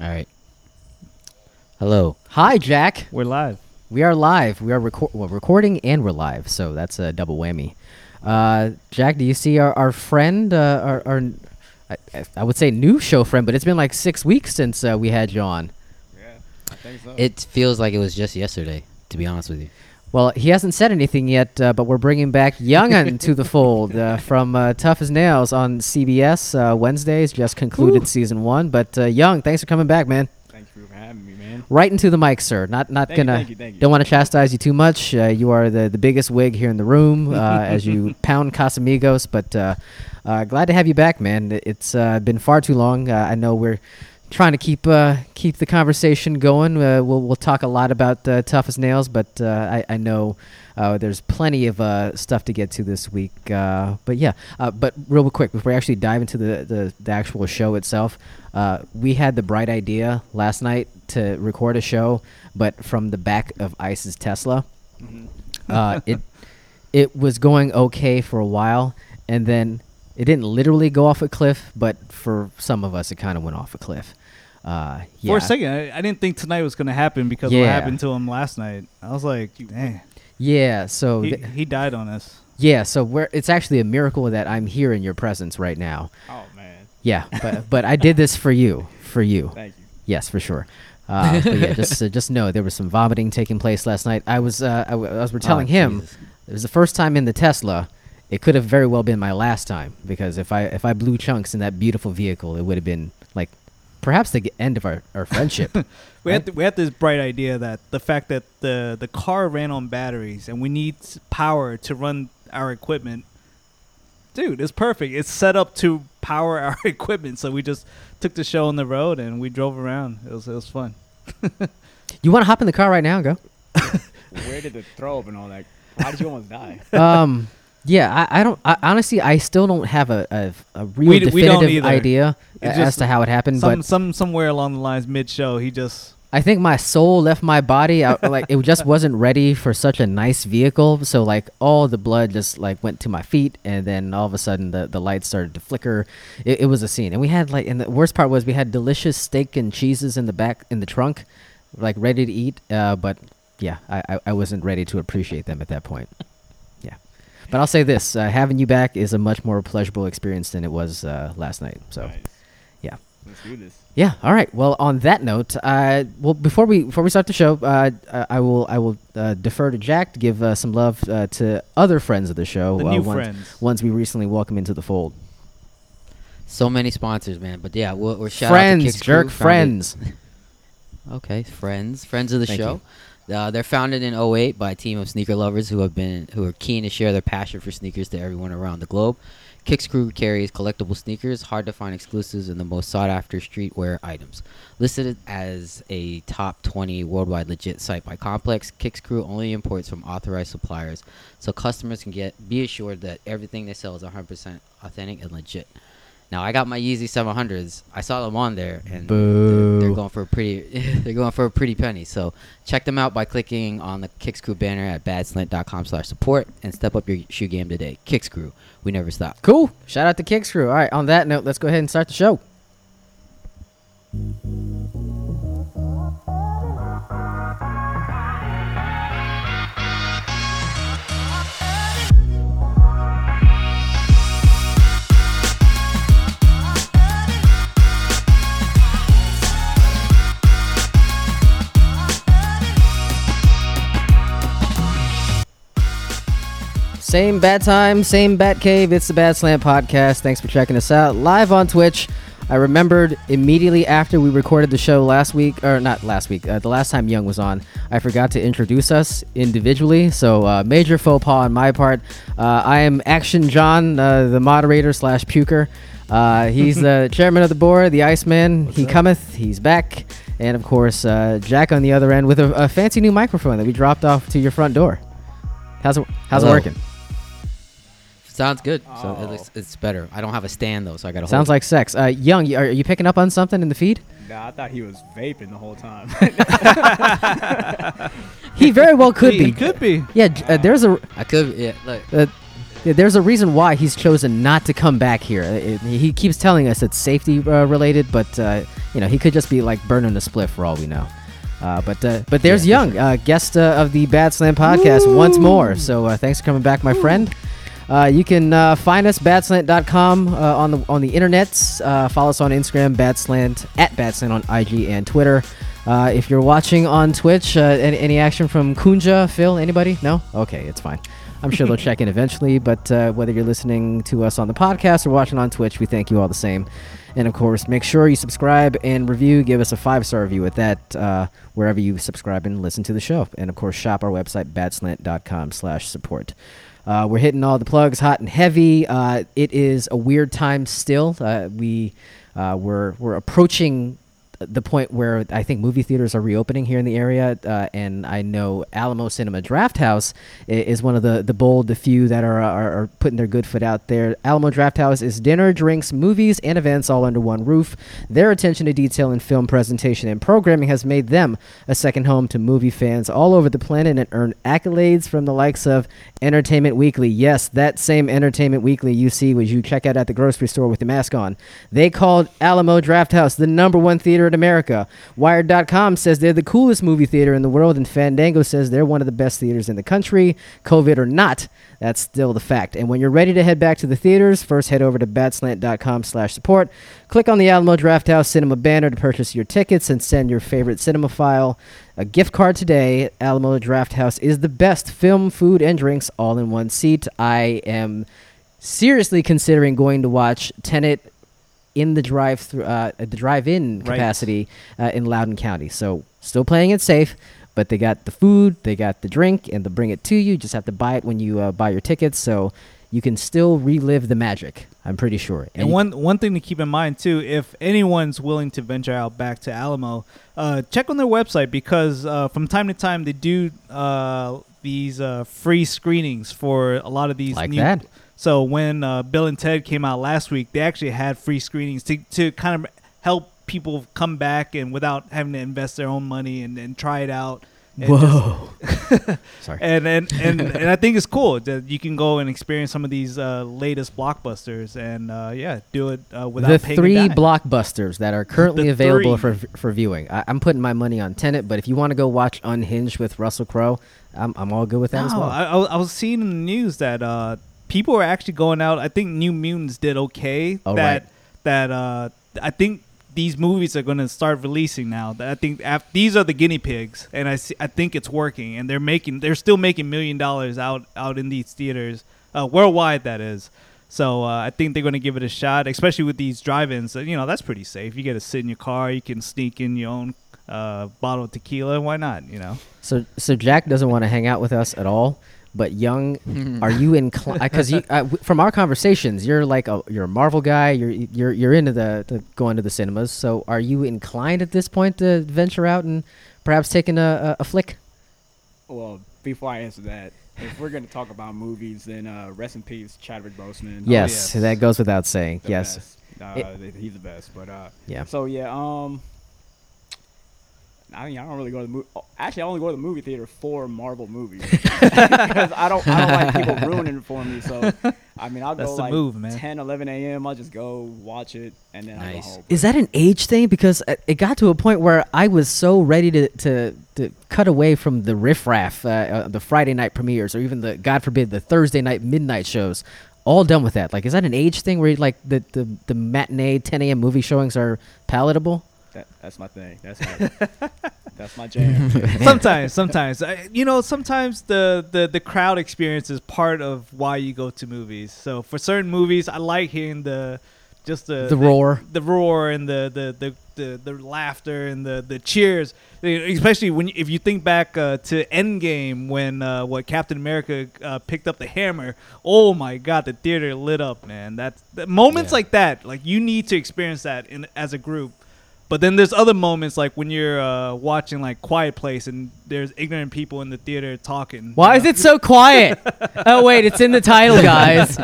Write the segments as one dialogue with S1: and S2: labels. S1: All right. Hello. Hi, Jack.
S2: We're live.
S1: We are live. We are record- well, recording and we're live, so that's a double whammy. Uh, Jack, do you see our, our friend, uh, our, our I, I- I would say new show friend, but it's been like six weeks since uh, we had you on.
S2: Yeah, I think so.
S3: It feels like it was just yesterday, to be honest with you.
S1: Well, he hasn't said anything yet, uh, but we're bringing back Young'un to the fold uh, from uh, Tough as Nails on CBS uh, Wednesdays. Just concluded season one, but uh, Young, thanks for coming back, man.
S2: Thank you for having me, man.
S1: Right into the mic, sir. Not not
S2: Thank you,
S1: gonna.
S2: thank you, thank you.
S1: Don't want to chastise you too much. Uh, you are the, the biggest wig here in the room uh, as you pound Casamigos. But uh, uh, glad to have you back, man. It's uh, been far too long. Uh, I know we're trying to keep uh, keep the conversation going. Uh, we'll we'll talk a lot about uh, tough as nails, but uh, I I know. Uh, there's plenty of uh, stuff to get to this week, uh, but yeah. Uh, but real quick, before we actually dive into the, the, the actual show itself, uh, we had the bright idea last night to record a show, but from the back of ICE's Tesla.
S4: Mm-hmm.
S1: Uh, it it was going okay for a while, and then it didn't literally go off a cliff, but for some of us, it kind of went off a cliff. Uh, yeah.
S4: For a second, I, I didn't think tonight was going to happen because
S1: Yeah.
S4: what happened to him last night. I was like, dang,
S1: Oh, Yeah. So
S4: he,
S1: th-
S4: he died on us.
S1: yeah. So we're, it's actually a miracle that I'm here in your presence right now.
S2: Oh man,
S1: Yeah, but but I did this for you, for you.
S2: thank you.
S1: Yes, for sure. Uh, but yeah, just uh, just know there was some vomiting taking place last night. I was uh, I, w-
S4: Oh,
S1: as we're telling him,
S3: Oh, Jesus.
S1: it was the first time in the Tesla. It could have very well been my last time because if I if I blew chunks in that beautiful vehicle, it would have been like perhaps the g- end of our, our friendship.
S4: We,
S1: Right.
S4: had th- we had this bright idea that the fact that the, the car ran on batteries and we need s- power to run our equipment. Dude, it's perfect. It's set up to power our equipment. So we just took the show on the road and we drove around. It was, it was fun.
S1: you want to hop in the car right now and go?
S2: Where did the throw up and all that? Why did you almost die?
S1: um, yeah, I, I don't. I, honestly, I still don't have a a, a real
S4: We d- we don't
S1: definitive
S4: either.
S1: idea
S4: It
S1: a- as
S4: just-
S1: to how it happened.
S4: Some,
S1: but
S4: some Somewhere along the lines, mid show, he just.
S1: I think my soul left my body. I, like it just wasn't ready for such a nice vehicle. So like all the blood just like went to my feet, and then all of a sudden the, the lights started to flicker. It, it was a scene, and we had like and the worst part was we had delicious steak and cheeses in the back in the trunk, like ready to eat. Uh, but yeah, I, I I wasn't ready to appreciate them at that point. Yeah, but I'll say this: uh, having you back is a much more pleasurable experience than it was uh, last night. So
S2: Nice.
S1: yeah.
S2: Let's do this.
S1: Yeah. All right. Well, on that note, uh, well, before we before we start the show, uh, I- I will I will uh, defer to Jack to give uh, some love uh, to other friends of the show.
S4: The
S1: uh,
S4: new
S1: ones,
S4: friends.
S1: ones we recently welcome into the fold.
S3: So many sponsors, man. But yeah, we're, we're shout out to
S1: friends,
S3: Kicks
S1: jerk,
S3: Crew, founded-
S1: friends.
S3: Okay, friends, friends of the
S1: Thank
S3: show. Uh, they're founded in 08 by a team of sneaker lovers who have been who are keen to share their passion for sneakers to everyone around the globe. Kicks Crew carries collectible sneakers, hard to find exclusives, and the most sought after streetwear items. Listed as a top 20 worldwide legit site by Complex, Kicks Crew only imports from authorized suppliers, so customers can get be assured that everything they sell is 100% authentic and legit. Now I got my Yeezy 700s. I saw them on there, and they're- They're,
S1: Boo.
S3: going for a pretty. they're going for a pretty penny. So check them out by clicking on the Kicks Crew banner at badslant.com/support and step up your shoe game today. Kicks Crew, we never stop.
S1: Cool. Shout out to Kicks Crew. All right. On that note, let's go ahead and start the show. Same bat time, same bat cave. It's the Bad Slant Podcast. Thanks for checking us out live on Twitch. I remembered immediately after we recorded the show last week, or not last week, uh, the last time Young was on, I forgot to introduce us individually. So, uh, major faux pas on my part. Uh, I am Action John, uh, the moderator slash puker. Uh, he's the chairman of the board, the Iceman. he cometh, he's back. And of course, uh, Jack on the other end with a, a fancy new microphone that we dropped off to your front door. How's it, how's it
S3: Hello.
S1: working?
S3: Sounds good. So
S2: Oh.
S3: it looks, it's better. I don't have a stand though, so I got to.
S1: Sounds like sex. Uh, Young, y- are you picking up on something in the feed?
S2: Nah, I thought he was vaping the whole time.
S1: He very well could
S4: He- he
S1: be.
S4: Could be.
S1: Yeah, j- uh, there's a.
S3: I could. Yeah, look.
S1: Uh, Yeah, there's a reason why he's chosen not to come back here. It- he keeps telling us it's safety uh, related, but uh, you know he could just be like burning a spliff for all we know. Uh, but uh, but there's
S3: Yeah, for
S1: Young, uh, guest uh, of the Bad Slam podcast once more. So uh, thanks for coming back, my friend. Uh, you can uh, find us badslant.com uh, on the on the internets. Uh, follow us on Instagram, badslant at badslant on IG and Twitter. Uh, if you're watching on Twitch, uh, any, any action from Kunja, Phil, anybody? No? Okay, it's fine. I'm sure they'll check in eventually, but uh, whether you're listening to us on the podcast or watching on Twitch, we thank you all the same. And of course, make sure you subscribe and review. Give us a five star review at that uh, wherever you subscribe and listen to the show. And of course, shop our website, badslant.com slash support. Uh, we're hitting all the plugs hot and heavy. Uh, it is a weird time still. Uh, we, uh, we're, we're approaching the point where I think movie theaters are reopening here in the area, uh, and I know Alamo Cinema Draft House i- is one of the the bold, the few that are, are are putting their good foot out there. Alamo Draft House is dinner, drinks, movies, and events all under one roof. Their attention to detail in film presentation and programming has made them a second home to movie fans all over the planet and earned accolades from the likes of Entertainment Weekly. Yes, that same Entertainment Weekly you see was you check out at the grocery store with the mask on. They called Alamo Draft House the number one theater in America. Wired.com says they're the coolest movie theater in the world, and Fandango says they're one of the best theaters in the country. COVID or not, that's still the fact. And when you're ready to head back to the theaters, first head over to batslant.com slash support. Click on the Alamo Draft House Cinema banner to purchase your tickets and send your favorite cinema file a gift card today. Alamo Draft House is the best film, food, and drinks all in one seat. I am seriously considering going to watch Tenet in the drive through uh, the drive-in
S4: Right.
S1: capacity uh, in Loudoun County. So still playing it safe, but they got the food, they got the drink, and they'll bring it to you. Just have to buy it when you uh, buy your tickets, so you can still relive the magic. I'm pretty sure.
S4: And
S1: you-
S4: one one thing to keep in mind too, if anyone's willing to venture out back to Alamo, uh, check on their website because uh, from time to time they do uh, these uh, free screenings for a lot of these
S1: Like
S4: new.
S1: that.
S4: So when uh, Bill and Ted came out last week, they actually had free screenings to to kind of help people come back and without having to invest their own money and, and try it out. and just-
S1: whoa. Sorry.
S4: and and and, and I think it's cool that you can go and experience some of these uh, latest blockbusters and uh, yeah, do it uh, without
S1: the
S4: paying a
S1: three
S4: dime.
S1: blockbusters that are currently
S4: The
S1: available
S4: three.
S1: for for viewing. I, I'm putting my money on Tenet, but if you want to go watch Unhinged with Russell Crowe, I'm, I'm all good with that as
S4: No,
S1: well.
S4: I, I was- I was seeing in the news that uh, people are actually going out. I think New Mutants did okay.
S1: Oh,
S4: that
S1: right.
S4: that uh, I think these movies are going to start releasing now. That I think af- these are the guinea pigs, and I see, I think it's working, and they're making they're still making million dollars out out in these theaters uh, worldwide. That is. So uh, I think they're going to give it a shot, especially with these drive-ins. Uh, You know, that's pretty safe. You get to sit in your car. You can sneak in your own uh, bottle of tequila. Why not? You know.
S1: So so Jack doesn't want to hang out with us at all. But young, are you inclined? Because you, uh, w- from our conversations, you're like a you're a Marvel guy. You're you're you're into the, the going to the cinemas. So are you inclined at this point to venture out and perhaps taking a, a, a flick?
S2: Oh, Well, before I answer that, if we're gonna talk about movies, then uh, rest in peace, Chadwick Boseman. Oh,
S1: yes,
S4: yes.
S1: that goes without saying.
S2: the
S1: yes.
S2: best. Uh, th- he's the best. But uh,
S1: Yeah.
S2: So yeah, um, I mean, I don't really go to the movie. Actually, I only go to the movie theater for Marvel movies because I don't, I don't like people ruining it for me. So I mean, I'll
S4: That's
S2: go
S4: the
S2: like
S4: move, man.
S2: 10, 11 a.m. I'll just go watch it and then I'll go
S3: Nice.
S2: home.
S1: Is that an age thing? Because it- it got to a point where I was so ready to, to, to cut away from the riffraff, uh, uh, the Friday night premieres, or even the God forbid the Thursday night midnight shows. All done with that. Like, is that an age thing where like the the, the matinee 10 a.m. movie showings are palatable?
S2: That, that's my thing. That's my, that's my jam.
S4: sometimes, sometimes, I, you know, sometimes the, the the crowd experience is part of why you go to movies. So for certain movies, I like hearing the just the
S1: The roar.
S4: the roar, and the the the the, the laughter and the the cheers. Especially when if you think back uh, to Endgame when uh, what Captain America uh, picked up the hammer. Oh my God, the theater lit up, man. That's that, moments
S3: Yeah.
S4: like that. Like you need to experience that in as a group. But then there's other moments like when you're uh, watching like Quiet Place and there's ignorant people in the theater talking.
S1: Why
S4: you
S1: is
S4: know?
S1: it so quiet? oh wait, it's in the title, guys.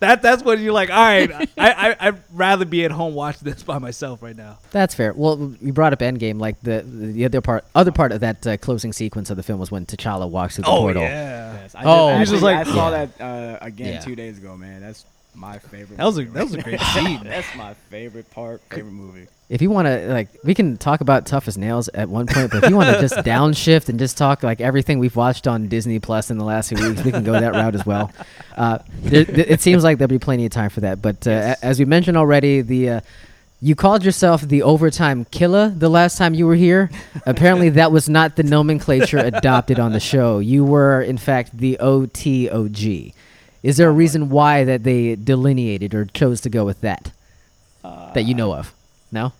S4: that that's when you're like, all right, I, I I'd rather be at home watching this by myself right now.
S1: That's fair. Well, you brought up Endgame. Like the the other part, other part of that uh, closing sequence of the film was when T'Challa walks through the portal.
S4: Oh, yeah,
S2: Yes, I
S1: Oh,
S2: did,
S1: he's
S2: actually,
S4: just like-
S2: I saw that uh, again
S3: Yeah.
S2: two days ago, man. That's my favorite.
S4: that was a
S2: movie
S4: that was a
S2: right
S4: great
S2: there.
S4: scene.
S2: That's my favorite part, favorite movie.
S1: If you want to, like, we can talk about Tough as Nails at one point, but if you want to just downshift and just talk like everything we've watched on Disney Plus in the last few weeks, we can go that route as well. Uh, th- th- it seems like there'll be plenty of time for that. But uh, a- as we mentioned already, the uh, you called yourself the overtime killer the last time you were here. Apparently, that was not the nomenclature adopted on the show. You were, in fact, the OTOG. Is there a reason why that they delineated or chose to go with that
S2: Uh,
S1: that you know of? No.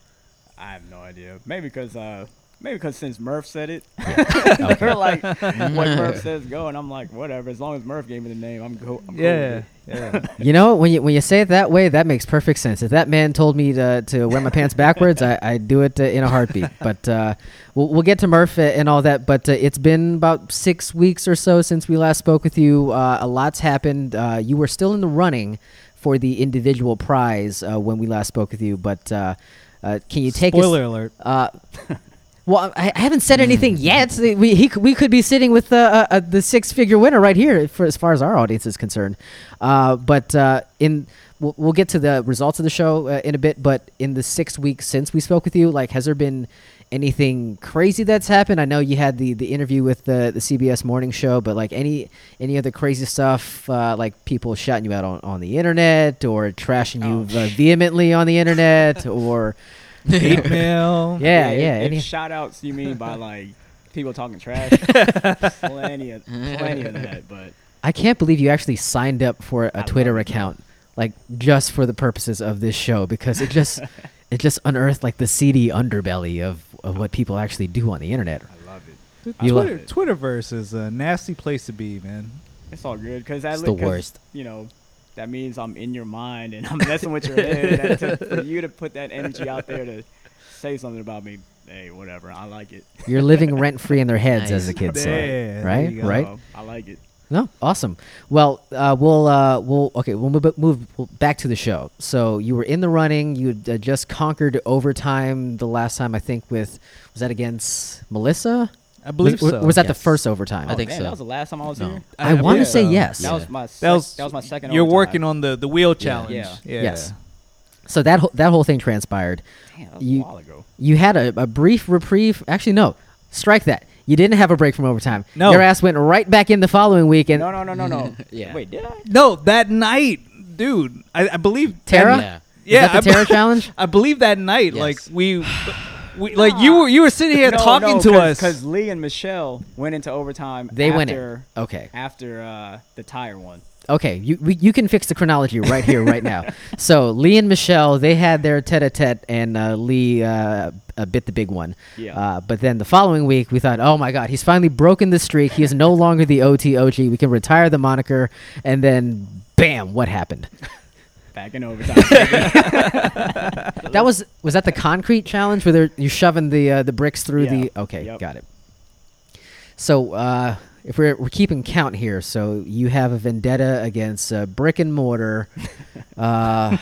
S2: I have no idea. Maybe because uh, maybe because since Murph said it, they're like, what Murph says go, and I'm like, whatever. As long as Murph gave me the name, I'm go. I'm cool with
S4: Yeah,
S2: it.
S4: yeah.
S1: You know, when you when you say it that way, that makes perfect sense. If that man told me to, to wear my pants backwards, I I do it uh, in a heartbeat. But uh, we'll we'll get to Murph a- and all that. But uh, it's been about six weeks or so since we last spoke with you. Uh, a lot's happened. Uh, you were still in the running for the individual prize uh, when we last spoke with you. But uh, uh, can you take
S4: Spoiler
S1: Us,
S4: alert.
S1: uh, well, I, I haven't said anything yet. We he, c- we could be sitting with uh, uh, the six figure winner right here, for as far as our audience is concerned. Uh, but uh, in we'll, we'll get to the results of the show uh, in a bit. But in the six weeks since we spoke with you, like has there been anything crazy that's happened? I know you had the, the interview with the, the CBS morning show, but like any any other crazy stuff, uh, like people shouting you out on, on the internet or trashing you uh, vehemently on the internet or
S4: Hate mail.
S1: yeah, yeah.
S2: If,
S1: any-
S2: if shout outs you mean by like people talking trash? plenty of plenty of that, but
S1: I can't believe you actually signed up for a
S2: love
S1: Twitter
S2: it.
S1: account, like just for the purposes of this show, because it just it just unearthed like the seedy underbelly of, of what people actually do on the internet.
S2: I love it.
S4: The
S1: You love
S4: Twitter,
S2: it.
S4: Twitterverse is a nasty place to be, man.
S2: It's all good because
S3: It's the worst.
S2: You know. That means I'm in your mind and I'm messing with your head. And to, for you to put that energy out there to say something about me, hey, whatever. I like it.
S1: You're living rent free in their heads, as the
S3: Nice.
S1: kids say.
S4: There, there
S1: right?
S4: you go.
S1: Right?
S2: So, I like it.
S1: No, awesome. Well, uh, we'll uh, we'll okay. We'll move, move back to the show. So you were in the running. You had, uh, just conquered overtime the last time. I think with was that against Melissa?
S4: I believe
S1: was,
S4: so.
S1: Was that the
S3: Yes.
S1: first overtime?
S3: I think
S2: Oh, man,
S3: so.
S2: That was the last time I was
S3: No.
S2: here.
S1: I, want to
S4: believe
S1: say
S4: so.
S1: yes.
S2: That was my sec-
S4: That was
S2: that was my second.
S4: You're
S2: overtime.
S4: working on the the wheel challenge.
S2: Yeah.
S4: yeah.
S1: Yes. So that whole, that whole thing transpired.
S2: Damn, that was
S1: you-
S2: a while ago.
S1: You had a, a brief reprieve. Actually, no, strike that. You didn't have a break from overtime.
S4: No.
S1: Your ass went right back in the following week, and
S2: No, no, no, no, no.
S3: Yeah.
S2: Wait, did I?
S4: No, that night, dude. I, I believe
S1: Tara.
S3: Yeah.
S4: Yeah,
S1: was that the
S4: I-
S1: Tara challenge.
S4: I believe that
S3: Yes.
S4: night, like we, we like you were you were sitting here
S2: no,
S4: talking
S2: no,
S4: to
S2: cause,
S4: us.
S2: because Lee and Michelle went into overtime.
S1: They
S2: after,
S1: went in. Okay.
S2: after uh, the tire one.
S1: Okay, you we, you can fix the chronology right here, right now. so Lee and Michelle they had their tete-a-tete, and uh, Lee uh, uh, bit the big one.
S2: Yeah.
S1: Uh, but then the following week, we thought, oh my God, he's finally broken the streak. He is no longer the OTOG. We can retire the moniker. And then, bam, what happened?
S2: Back in overtime.
S1: That was was that the concrete challenge where they're, you're shoving the uh, the bricks through the.
S2: Yeah.
S1: Okay,
S2: Yep.
S1: got it. So uh, if we're we're keeping count here, so you have a vendetta against uh, brick and mortar. Uh,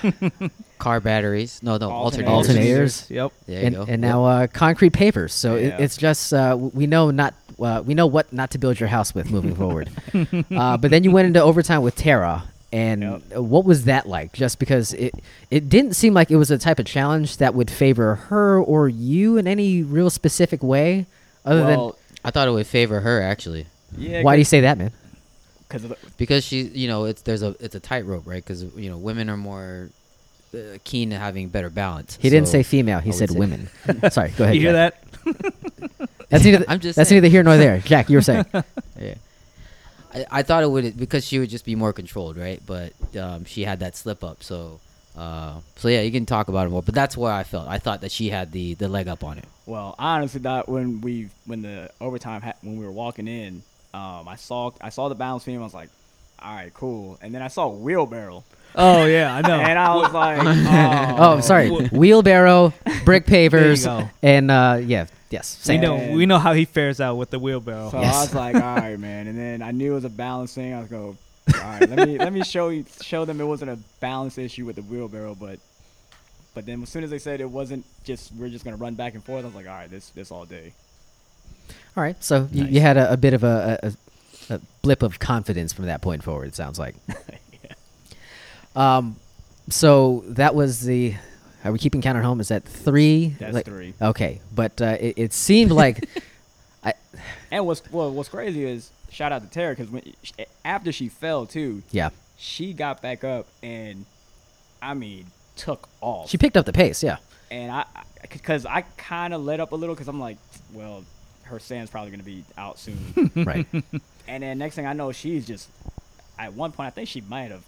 S3: Car batteries. No, no, alternators.
S2: Alternators.
S1: Alternators.
S4: Yep.
S3: There you
S1: and,
S3: go.
S1: and now uh, concrete papers. So
S2: Yeah.
S1: it, it's just uh, w- we know not uh, we know what not to build your house with moving forward. Uh, but then you went into overtime with Terra, and
S2: Yep.
S1: uh, what was that like? Just because it it didn't seem like it was a type of challenge that would favor her or you in any real specific way, other
S2: well,
S3: I thought it would favor her actually,
S2: yeah,
S1: than why do you say that, man?
S2: Because of the,
S3: because she, you know, it's there's a it's a tightrope, right? Because you know, women are more uh, keen to having better balance.
S1: He didn't
S3: So-
S1: say female.
S3: I
S1: He
S3: would
S1: said
S3: say-
S1: women. Sorry, go ahead.
S4: You hear
S1: Jack.
S4: that?
S1: That's neither,
S3: I'm just
S1: that's
S3: saying.
S1: neither here nor there. Jack, you were saying.
S3: Yeah. I, I thought it would because she would just be more controlled, right? But um, she had that slip up, so uh, so yeah, you can talk about it more. But that's where I felt. I thought that she had the the leg up on it.
S2: Well, I honestly thought when we when the overtime ha- when we were walking in, um, I saw I saw the balance beam. I was like, all right, cool. And then I saw a wheelbarrow,
S4: Oh yeah, I know.
S2: and I was like,
S1: Oh,
S2: oh,
S1: I'm sorry.
S4: Wh-
S1: Wheelbarrow, brick pavers,
S4: go.
S1: and uh, yeah, yes,
S4: we
S1: same.
S4: know we
S2: "Oh."
S4: know how he fares out with the wheelbarrow.
S2: So I was like, all right, man. And then I knew it was a balancing. I was go, All right, let me let me show you show them it wasn't a balance issue with the wheelbarrow, but but then as soon as they said it wasn't just we're just gonna run back and forth, I was like, all right, this this all day.
S1: All right, so you, you
S3: Nice.
S1: had a, a bit of a, a, a blip of confidence from that point forward. It sounds like. Um, so that was the. Are we keeping count at home? Is that three?
S2: That's
S1: Like-
S2: three.
S1: Okay, but uh, it, it seemed like, I
S2: And what's well, what's crazy is shout out to Tara because when after she fell too,
S1: yeah,
S2: she got back up and I mean took off.
S1: she picked up the pace. Yeah,
S2: and I, because I kind of let up a little because I'm like, well, her sand's probably gonna be out soon.
S1: right.
S2: and then next thing I know, she's just at one point I think she might have.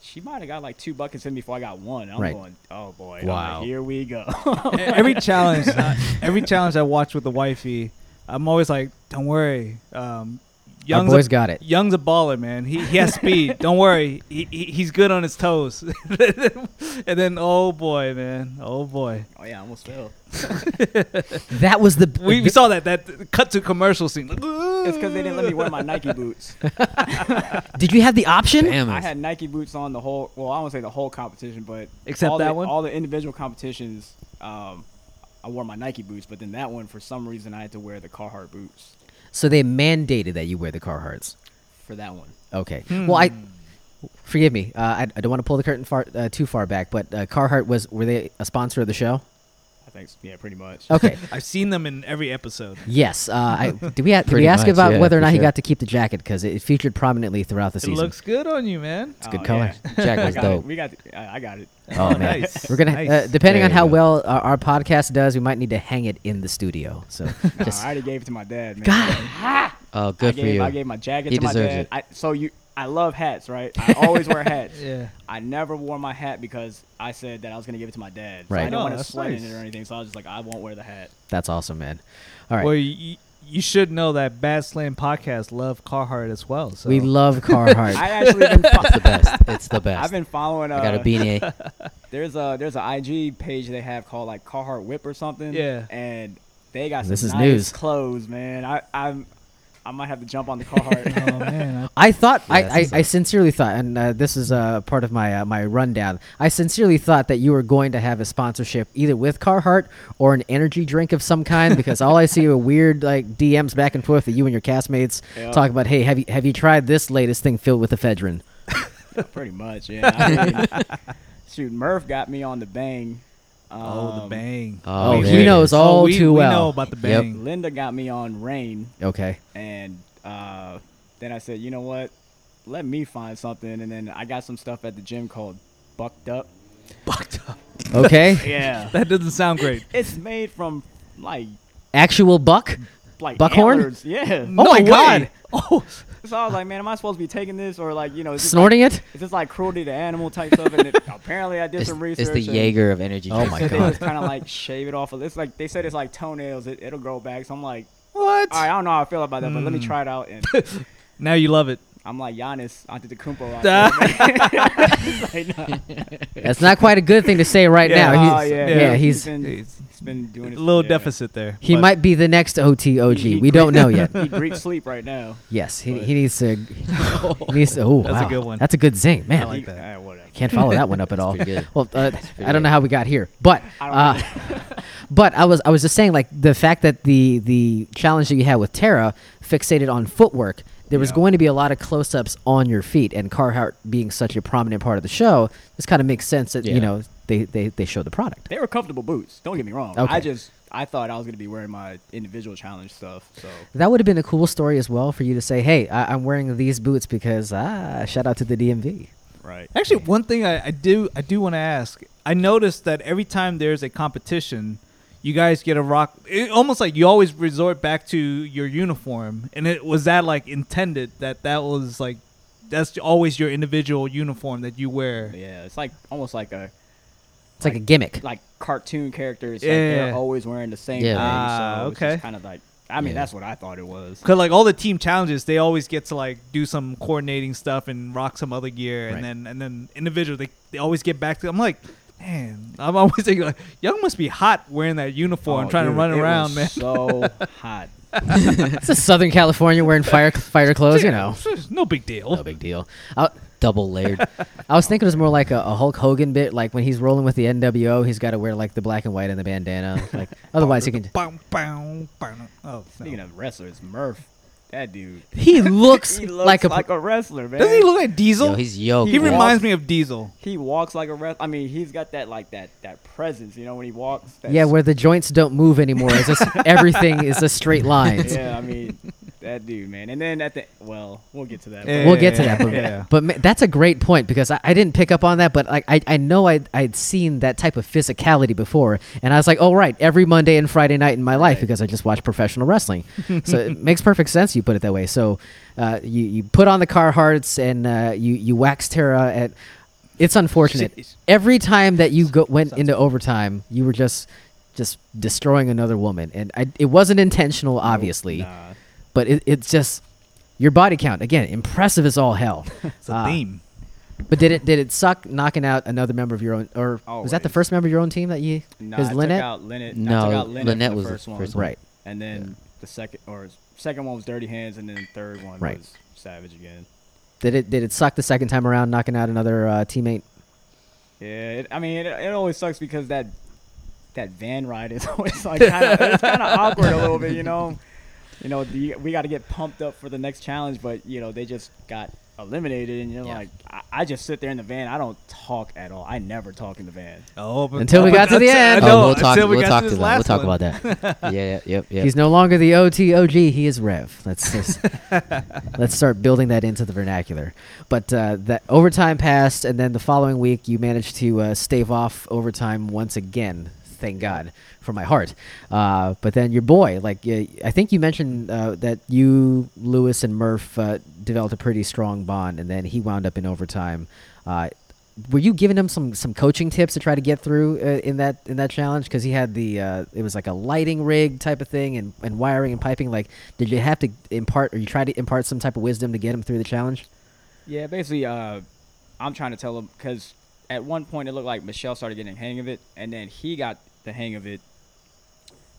S2: She might have got like two buckets in before I got one. I'm
S1: Right.
S2: going, oh boy, I'm like,
S3: Wow.
S2: here we go. Oh,
S4: every challenge, uh, every challenge I watch with the wifey, I'm always like, "Don't worry, um,
S1: Our
S4: Young's
S1: boys
S4: a,
S1: got it.
S4: Young's a baller, man. He he has speed. Don't worry, he, he he's good on his toes." and then, oh boy, man, oh boy,
S2: oh yeah, I almost fell.
S1: That was the
S4: we, we saw that that cut to commercial scene.
S2: It's because they didn't let me wear my Nike boots.
S1: Did you have the option?
S3: Damn
S2: I
S3: it.
S2: had Nike boots on the whole. Well, I won't say the whole competition, but
S4: Except
S2: all
S4: that
S2: the,
S4: one?
S2: all the individual competitions, um, I wore my Nike boots. But then that one, for some reason, I had to wear the Carhartt boots
S1: So they mandated that you wear the Carhartts.
S2: for that one.
S1: Okay.
S3: Hmm.
S1: Well, I forgive me. Uh, I, I don't want to pull the curtain far uh, too far back, but uh, Carhartt was were they a sponsor of the show?
S2: I think, s- yeah, pretty much.
S1: Okay.
S4: I've seen them in every episode.
S1: yes. Uh, I, did we, a- did
S3: Pretty
S1: we ask
S3: much,
S1: about
S3: yeah,
S1: whether or
S3: for
S1: not he
S3: sure.
S1: got to keep the jacket because it, it featured prominently throughout the
S4: It
S1: season.
S4: looks good on you, man.
S2: It's
S1: good color.
S3: Jack
S2: Uh, I
S3: was
S2: got
S3: dope.
S2: It. We got. The, I I got it.
S1: oh man.
S4: nice.
S1: We're gonna uh,
S4: Nice.
S1: depending
S3: There
S1: on
S3: you
S1: how
S3: go.
S1: well our, our podcast does, we might need to hang it in the studio. So
S2: Nah,
S1: just
S2: Uh, I already gave it to my dad. Man.
S3: Oh,
S2: I
S3: good for
S2: gave,
S3: you.
S2: I gave my jacket
S3: He
S2: to my
S3: deserves
S2: dad.
S3: it.
S2: I, so you, I love hats, right? I always wear hats.
S4: Yeah.
S2: I never wore my hat because I said that I was gonna give it to my dad. So
S1: Right.
S2: I didn't
S4: Oh,
S2: want to
S4: that's
S2: sweat
S4: nice.
S2: in it or anything. So I was just like, I won't wear the hat.
S1: that's awesome, man. All right.
S4: Well, you, you should know that Bad Slam podcast love Carhartt as well. So
S1: We love Carhartt.
S2: I actually been. Fo-
S3: it's the best. It's the best.
S2: I've been following. Uh,
S3: I got a beanie.
S2: There's a there's an IG page they have called like Carhartt Whip or something.
S4: Yeah.
S2: And they got some
S1: This is
S2: nice
S1: news.
S2: clothes, man. I I'm I might have to jump on the Carhartt.
S4: Oh man,
S1: I thought
S3: Yeah,
S1: I, I,
S3: this
S1: I sincerely thought, and uh, this is uh, part of my uh, my rundown. I sincerely thought that you were going to have a sponsorship either with Carhartt or an energy drink of some kind, because all I see are weird like DMs back and forth that you and your castmates
S2: Yeah.
S1: talk about. Hey, have you have you tried this latest thing filled with ephedrine?
S2: Pretty much, yeah. I mean, shoot, Murph got me on the bang. Um,
S4: oh the bang.
S3: Oh,
S1: Oh,
S3: there
S1: he
S3: it
S1: knows
S3: is.
S1: all-
S4: we,
S1: too
S4: we
S1: well.
S4: know about the
S3: Yep.
S4: bang.
S2: Linda got me on rain,
S1: Okay,
S2: and uh, then I said, you know what? Let me find something, and then I got some stuff at the gym called Bucked Up.
S4: Fucked up.
S1: okay.
S2: Yeah,
S4: That doesn't sound great.
S2: it's made from like
S1: Actual buck.
S2: like
S1: Buckhorn?
S2: antlers. Yeah.
S1: Oh my God.
S4: Oh,
S2: So I was like, man, am I supposed to be taking this or like, you know, is this,
S1: Snorting it.
S2: is this like cruelty to animal type stuff? And it, apparently, I did
S3: It's,
S2: some
S3: it's
S2: research.
S3: the
S2: and-
S3: Jaeger of energy.
S1: Oh my
S2: So
S3: drinks.
S2: they
S1: God.
S2: just kind of like shave it off. It's like they said it's like toenails. It, it'll grow back. So I'm like,
S4: what?
S2: all right, I don't know how I feel about that, but let
S4: Hmm.
S2: me try it out. And
S4: Now you love it.
S2: I'm like Giannis Antetokounmpo. Out
S4: Duh.
S2: there. Like, nah.
S1: That's not quite a good thing to say right now.
S4: Yeah.
S2: Oh,
S1: He's-
S2: yeah,
S1: yeah,
S4: yeah.
S1: he's.
S2: been,
S4: It's
S2: he's been
S4: a
S2: doing his-
S4: little
S2: yeah.
S4: deficit there.
S1: He
S4: but
S1: might be the next OTOG.
S2: He-
S1: We don't know yet.
S2: He Greek sleep right now.
S1: Yes, he, he needs to. he needs to. Oh,
S4: That's a
S1: wow.
S4: good one.
S1: That's a good zing, man.
S4: like
S2: He-
S4: that.
S2: ah, whatever.
S1: Can't follow that one up at all.
S3: pretty good.
S1: Well, uh, I don't
S3: good.
S1: know how we got here, but
S2: I
S1: uh, but I was I was just saying like the fact that the the challenge that you had with Tara fixated on footwork. There was
S2: Yeah.
S1: going to be a lot of close-ups on your feet, and Carhartt being such a prominent part of the show, this kind of makes sense that
S3: Yeah.
S1: you know they, they they show the product.
S2: They were comfortable boots. Don't get me wrong.
S1: Okay.
S2: I just I thought I was gonna be wearing my individual challenge stuff. So
S1: That would have been a cool story as well for you to say, "Hey, I, I'm wearing these boots because ah, shout out to the DMV."
S2: right.
S4: Actually, one thing I, I do I do want to ask. I noticed that every time there's a competition, you guys get a rock. It, almost like you always resort back to your uniform. And it was that like intended that that was like that's always your individual uniform that you wear.
S2: Yeah, it's like almost like a
S1: It's like a gimmick.
S2: like cartoon characters. Like
S4: Yeah.
S2: they're always wearing the same
S3: Yeah.
S2: thing.
S4: Ah,
S2: so
S4: okay.
S2: It's kind of like I mean
S3: Yeah.
S2: that's what I thought it was.
S4: Cause like all the team challenges, they always get to like do some coordinating stuff and rock some other gear,
S1: Right.
S4: and then and then individual they, they always get back to. I'm like, man, I'm always thinking like, Young must be hot wearing that uniform,
S2: Oh,
S4: trying
S2: dude,
S4: to run
S2: it was
S4: around, man.
S2: So hot.
S1: it's a Southern California wearing fire fighter clothes, you know.
S4: no big deal.
S1: No big deal. I,
S3: Double layered.
S1: I was thinking it was more like a, a Hulk Hogan bit, like when he's rolling with the NWO, he's got to wear like the black and white and the bandana, like otherwise he can.
S4: Bow, bow, bow. Oh, no.
S2: Speaking of wrestlers, Murph, that dude.
S1: He looks,
S2: He looks
S1: like a.
S2: wrestler, man.
S4: Doesn't he look like Diesel?
S3: Yo, he's yoked.
S4: he
S2: walks-
S4: reminds me of Diesel.
S2: He walks like a wrestler. I mean, he's got that like that that presence, you know, when he walks. That
S1: yeah, where the joints don't move anymore. It's just everything is a straight line.
S2: yeah, I mean, that dude, man. And then at the well, we'll get to that.
S4: Yeah.
S1: We'll get to that, but,
S4: Yeah.
S1: but ma- that's a great point because I, I didn't pick up on that, but like I, I know I I'd seen that type of physicality before, and I was like, oh right, every Monday and Friday night in my life
S2: Right.
S1: because I just watch professional wrestling, so it makes perfect sense you put it that way. So uh, you you put on the Carhartts and uh, you you wax Tara at. It's unfortunate.
S4: Jeez.
S1: Every time that you go, went into overtime, you were just just destroying another woman, and I, it wasn't intentional, obviously
S2: Nah.
S1: but it, it's just your body count again impressive as all hell
S4: It's a
S1: Ah.
S4: theme.
S1: but did it did it suck knocking out another member of your own or was that the
S2: Always.
S1: first member of your own team that you
S2: Nah,
S1: because
S2: I
S1: Lynette
S2: took out Lynette. I
S3: No,
S2: took out Lynette,
S3: Lynette
S2: for the
S3: was the
S2: first one.
S3: first one.
S1: right
S2: And then the second or second one was Dirty Hands, and then third one
S1: Right.
S2: was Savage again.
S1: did it did it suck the second time around knocking out another uh, teammate
S2: Yeah, it, I mean, it, it always sucks because that that van ride is always like kind of it's kind of awkward a little bit, you know. You know, the, we got to get pumped up for the next challenge, but you know they just got eliminated, and you're
S3: Yeah.
S2: like, I, I just sit there in the van. I don't talk at all. I never talk in the van.
S4: Oh, but-
S1: Until we
S4: oh,
S1: got to
S4: but-
S1: the end. No,
S4: I know,
S3: oh, we'll talk.
S4: until we
S3: We'll
S4: got
S3: talk
S4: to
S3: to
S4: this
S3: that. We'll
S4: last
S3: talk
S4: one.
S3: about that. yeah, yeah, yep, yep.
S1: he's no longer the otog he is rev let's just let's start building that into the vernacular but uh, that overtime passed and then the following week you managed to uh, stave off overtime once again thank god for my heart uh, but then your boy like uh, i think you mentioned uh, that you lewis and murph uh, developed a pretty strong bond and then he wound up in overtime uh, were you giving him some some coaching tips to try to get through uh, in that in that challenge because he had the uh, it was like a lighting rig type of thing and, and wiring and piping like did you have to impart or you try to impart some type of wisdom to get him through the challenge
S2: Yeah, basically, uh, I'm trying to tell him because at one point it looked like Michelle started getting the hang of it, and then he got the hang of it,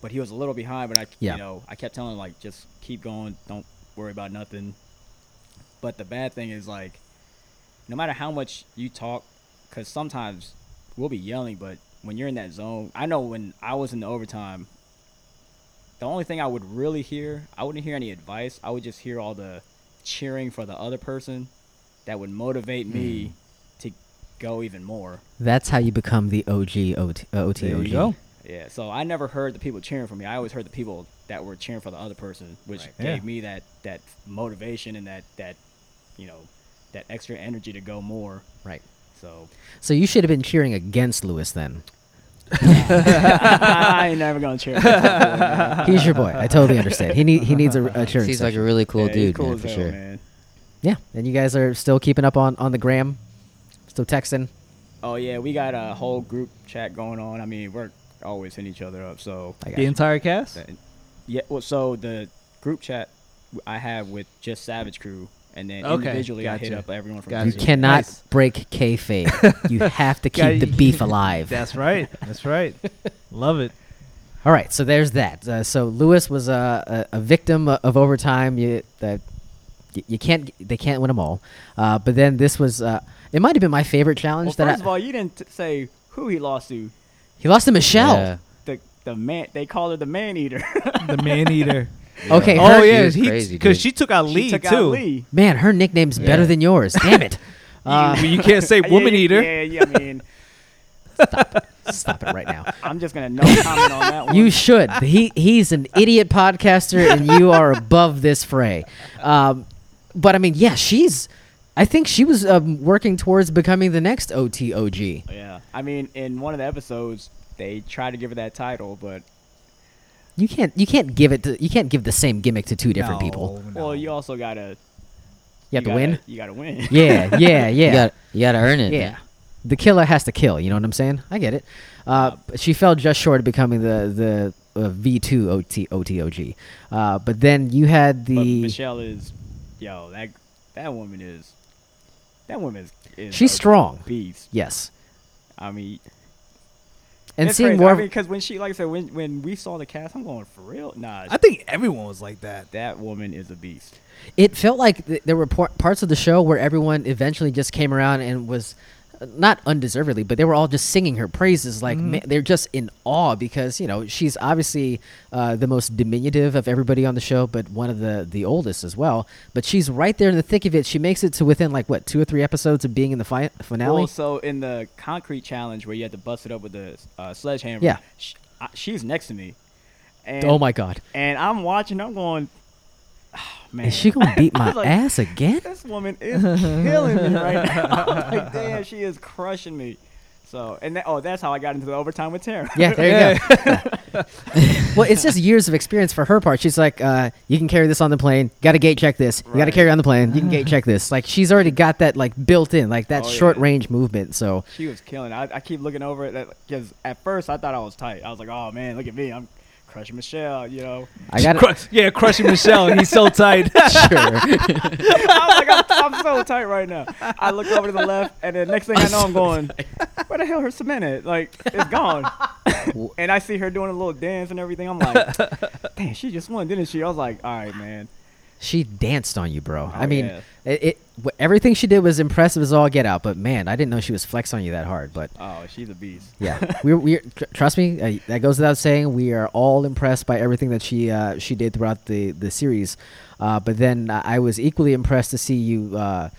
S2: but he was a little behind. But I,
S1: Yeah.
S2: you know, I kept telling him like, just keep going, don't worry about nothing. But the bad thing is like, no matter how much you talk, because sometimes we'll be yelling, but when you're in that zone, I know when I was in the overtime, the only thing I would really hear, I wouldn't hear any advice. I would just hear all the cheering for the other person that would motivate
S4: Hmm.
S2: me to go even more.
S1: that's how you become the og OT, uh, OT
S4: There
S1: OG.
S4: you go.
S2: Yeah, so I never heard the people cheering for me. I always heard the people that were cheering for the other person, which
S4: Right.
S2: gave
S4: Yeah.
S2: me that that motivation and that that you know that extra energy to go more.
S1: right
S2: So
S1: so you should have been cheering against lewis then
S2: I ain't never gonna cheer. for that dude, man.
S1: he's your boy i totally understand he need, he needs a, a cheering
S3: Seems like a
S1: section.
S3: really cool
S2: Yeah, he's
S3: dude, man,
S2: as
S3: for
S2: hell,
S3: sure.
S2: man.
S1: yeah and you guys are still keeping up on on the gram still texting
S2: Oh yeah, we got a whole group chat going on. I mean, we're always hitting each other up. So
S1: I got
S4: The
S1: you.
S4: entire cast.
S2: That- Yeah. Well, so the group chat I have with just Savage Crew, and then
S4: Okay,
S2: individually I hit
S4: gotcha.
S2: up everyone from.
S4: Gotcha.
S1: you
S2: Jersey.
S1: cannot
S4: Nice.
S1: break kayfabe. You have to keep
S4: Gotta-
S1: the beef alive.
S4: That's right. That's right. Love it.
S1: All right, so there's that. Uh, so Lewis was uh, a, a victim o- of overtime. You, that y- you can't, they can't win them all. Uh, but then this was, uh, it might have been my favorite
S2: Well,
S1: challenge that
S2: first
S1: I,
S2: of all, you didn't t- say who he lost to.
S1: he lost to Michelle.
S3: Yeah.
S2: The the man they call her the man eater.
S4: The man eater.
S1: Okay,
S3: Yeah.
S1: her,
S4: oh yeah,
S3: was
S4: he
S3: crazy,
S4: because
S3: dude.
S4: she took out Lee
S2: she took
S4: too.
S2: out Lee.
S1: man, her nickname's better
S3: Yeah.
S1: than yours. Damn it! Uh,
S4: You, Uh, you can't say
S2: Yeah,
S4: woman
S2: yeah,
S4: eater.
S2: Yeah, yeah. I mean,
S1: Stop it right now.
S2: I'm just gonna no comment on that one.
S1: You should. He he's an idiot podcaster, and you are above this fray. Um, but I mean, yeah, she's. I think she was um, working towards becoming the next OTOG.
S2: yeah. I mean, in one of the episodes, they try to give her that title, but
S1: You can't you can't give it to, you can't give the same gimmick to two different people.
S4: No,
S2: well,
S4: no.
S2: you also gotta.
S1: You have to
S2: gotta-
S1: win.
S2: You gotta win.
S1: Yeah, yeah, yeah.
S3: You got you got to earn it.
S1: yeah. The killer has to kill, you know what I'm saying? I get it. Uh, but she fell just short of becoming the the uh, V2 OT, OTOG. Uh, but then you had
S2: But
S1: the
S2: Michelle is, yo, that that woman is, that woman is. is
S1: She's
S2: a
S1: strong.
S2: Beast.
S1: Yes.
S2: I mean,
S1: and
S2: It's
S1: seeing
S2: crazy.
S1: more.
S2: I
S1: of-
S2: because when she like I said when when we saw the cast, I'm going for real. Nah,
S4: I think everyone was like that.
S2: that woman is a beast.
S1: it felt like th- there were par- parts of the show where everyone eventually just came around and was uh, not undeservedly, but they were all just singing her praises. Like
S2: Mm-hmm.
S1: ma- they're just in awe because you know she's obviously uh, the most diminutive of everybody on the show, but one of the the oldest as well. But she's right there in the thick of it. She makes it to within like what two or three episodes of being in the fi- finale.
S2: Well, so in the concrete challenge where you had to bust it up with the uh, sledgehammer,
S1: Yeah.
S2: sh I, she's next to me. And,
S1: oh my god,
S2: And I'm watching. I'm going, "Ah, man.
S1: is she gonna beat
S2: I
S1: my
S2: was like,
S1: ass again?
S2: This woman is killing me right now. I'm like, damn, she is crushing me. So, and that, oh, that's how I got into the overtime with Tara.
S1: Yeah, there you go. well, it's just years of experience for her part. She's like, uh, you can carry this on the plane. Got to gate check this. You got to
S2: Right. Ah.
S1: carry on the plane. You can gate check this. Like she's already got that like built in, like that
S2: Oh, yeah.
S1: short range movement. So
S2: She was killing. it. I, I keep looking over it because at first I thought I was tight. I was like, oh man, look at me, I'm crushing Michelle. You know,
S1: I got it.
S4: Crush, yeah, crushing Michelle. He's so tight.
S1: sure.
S2: I was like, I'm, I'm so tight right now. I look over to the left, and then next thing I know, I'm going, where the hell her cement at? Like it's gone. and I see her doing a little dance and everything. I'm like, damn, she just won, didn't she? I was like, all right, man.
S1: She danced on you, bro. I
S2: Oh,
S1: mean,
S2: yeah.
S1: it, it wh- everything she did was impressive as all get out. But man, I didn't know she was flexed on you that hard. But
S2: Oh, she's a beast.
S1: yeah, we we tr- trust me. Uh, that goes without saying. We are all impressed by everything that she uh, she did throughout the the series. Uh, but then I I was equally impressed to see you uh,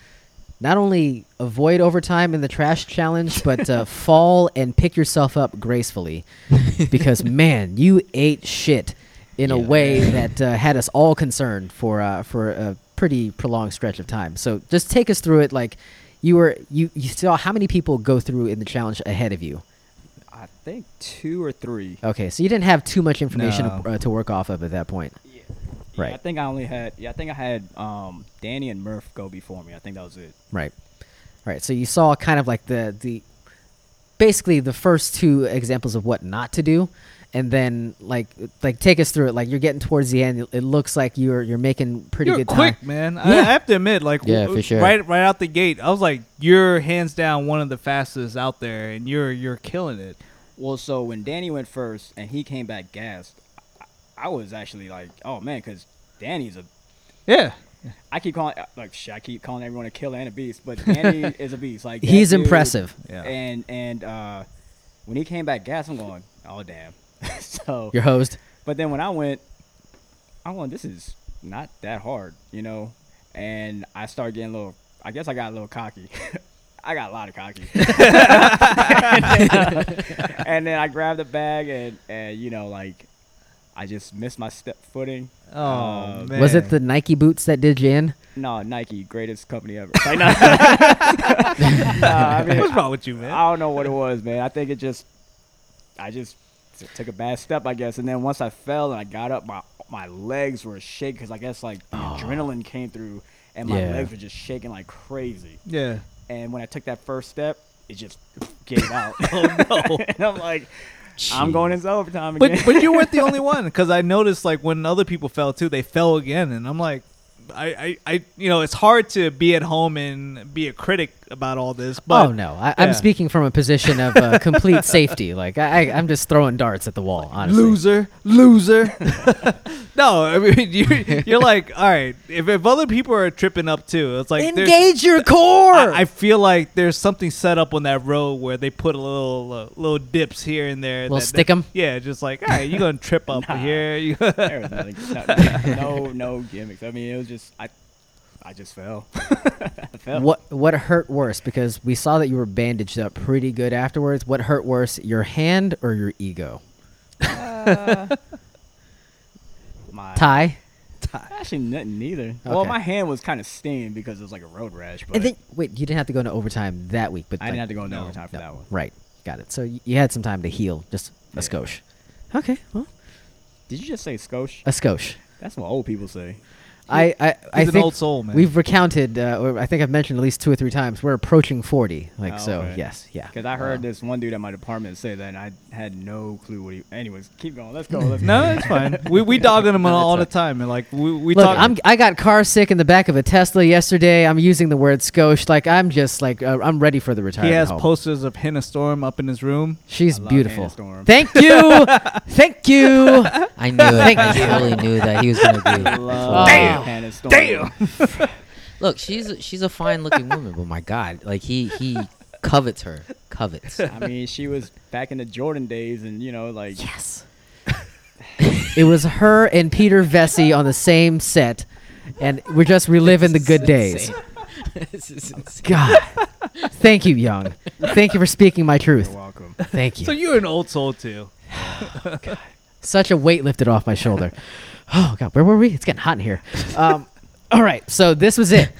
S1: not only avoid overtime in the trash challenge, but uh, fall and pick yourself up gracefully. Because man, you ate shit in a
S3: Yeah.
S1: way that uh, had us all concerned for uh, for a pretty prolonged stretch of time. So just take us through it, like. You were you, you saw how many people go through in the challenge ahead of you?
S2: I think two or three.
S1: Okay, so you didn't have too much information
S4: No.
S1: to, uh, to work off of at that point.
S2: Yeah.
S1: Right.
S2: I think I only had. Yeah, I think I had um, Danny and Murph go before me. I think that was it.
S1: Right. All right. So you saw kind of like the the basically the first two examples of what not to do and then like like take us through it like you're getting towards the end it looks like you're you're making pretty
S4: you're
S1: good
S4: quick,
S1: time
S4: man. I, I
S1: Yeah.
S4: have to admit, like,
S3: Yeah,
S4: w-
S3: for sure.
S4: right, right out the gate, I was like, you're hands down one of the fastest out there, and you're you're killing it.
S2: Well, so when Danny went first and he came back gassed, I, I was actually like, oh man, because Danny's a.
S4: Yeah,
S2: I keep calling uh, like shit, I keep calling everyone a killer and a beast, but Danny is a beast. Like that
S1: He's
S2: dude-
S1: impressive.
S4: Yeah.
S2: And and uh, when he came back gassed, I'm going, oh damn. so
S1: you're hosed
S2: But then when I went, I'm going, this is not that hard, you know? And I started getting a little, I guess I got a little cocky. I got a lot of cocky. and then I grabbed the bag and, and you know, like, I just missed my step footing.
S4: Oh,
S2: Um,
S4: man.
S1: was it the Nike boots that did you in
S2: No, Nike, greatest company ever. Like, no. No, I mean,
S4: what's wrong with you, man?
S2: I don't know what it was, man. I think it just, I just t- took a bad step, I guess. And then once I fell and I got up, my my legs were shaking because I guess like the
S4: Oh.
S2: adrenaline came through, and my
S1: Yeah.
S2: legs were just shaking like crazy.
S4: yeah,
S2: And when I took that first step, it just gave out,
S4: oh no.
S2: and I'm like, I'm going into overtime again.
S4: But but you weren't the only one because I noticed like when other people fell too, they fell again, and I'm like, I, I, I you know, it's hard to be at home and be a critic about all this. But
S1: oh no I, i'm
S4: Yeah.
S1: speaking from a position of uh, complete safety like I, I i'm just throwing darts at the wall honestly
S4: loser, loser. no, I mean you, you're like, all right, if, if other people are tripping up too, it's like there's-
S1: engage your core
S4: I, I feel like there's something set up on that road where they put a little uh, little dips here and there.
S1: Little
S4: that-
S1: stick
S4: that-
S1: 'em?
S4: Yeah, just like all right, you're gonna trip up
S2: Nah.
S4: here. You-
S2: There was nothing, no, no, no gimmicks. I mean, it was just I, I just fell. I fell.
S1: What what hurt worse? Because we saw that you were bandaged up pretty good afterwards. What hurt worse, your hand or your ego?
S2: My
S1: Ty.
S2: Actually, nothing neither. Well,
S1: Okay.
S2: my hand was kind of stinging because it was like a road rash, but
S1: And then wait, you didn't have to go into overtime that week, but
S2: I
S1: like-
S2: didn't have to go into
S4: no,
S2: overtime for that one.
S1: Right, got it. So y- you had some time to heal, just a
S2: Yeah.
S1: skosh. Okay, well,
S2: Did you just say skosh?
S1: a skosh.
S2: That's what old people say.
S1: I, I, I
S4: He's an
S1: think
S4: old soul, man.
S1: we've recounted, uh, or I think I've mentioned at least two or three times, we're approaching 40. Like,
S2: Oh,
S1: so,
S2: okay.
S1: yes, yeah.
S2: Because I heard this one dude at my department say that, and I had no clue what he. Anyways, keep going. Let's go. Let's go.
S4: no, it's fine. We we dogging him all the time, and like we we
S1: Look,
S4: talk.
S1: I'm, I got car sick in the back of a Tesla yesterday. I'm using the word skosh. Like, I'm just like, uh, I'm ready for the
S4: he
S1: retirement.
S4: has
S1: home.
S4: posters of Hannah Storm up in his room.
S1: She's
S2: I love
S1: beautiful.
S2: Hannah Storm.
S1: Thank you. Thank you.
S3: I knew it.
S1: Thank
S3: I
S1: you.
S3: totally knew that he was gonna do.
S2: I
S3: that's
S2: love
S3: what I
S1: Damn.
S3: did.
S2: Hannah Storm.
S3: Look, she's a, she's a fine looking woman, but my God, like he he covets her, covets.
S2: I mean, she was back in the Jordan days, and you know, like
S1: Yes. it was her and Peter Vesey on the same set, and we're just reliving the good days.
S3: This is insane.
S1: God. Thank you, Young. Thank you for speaking my
S2: you're
S1: truth.
S2: welcome.
S1: Thank
S4: So
S1: you.
S4: you're an old soul too.
S1: Such a weight lifted off my shoulder. Oh, God. Where were we? It's getting hot in here. Um, all right. So this was it.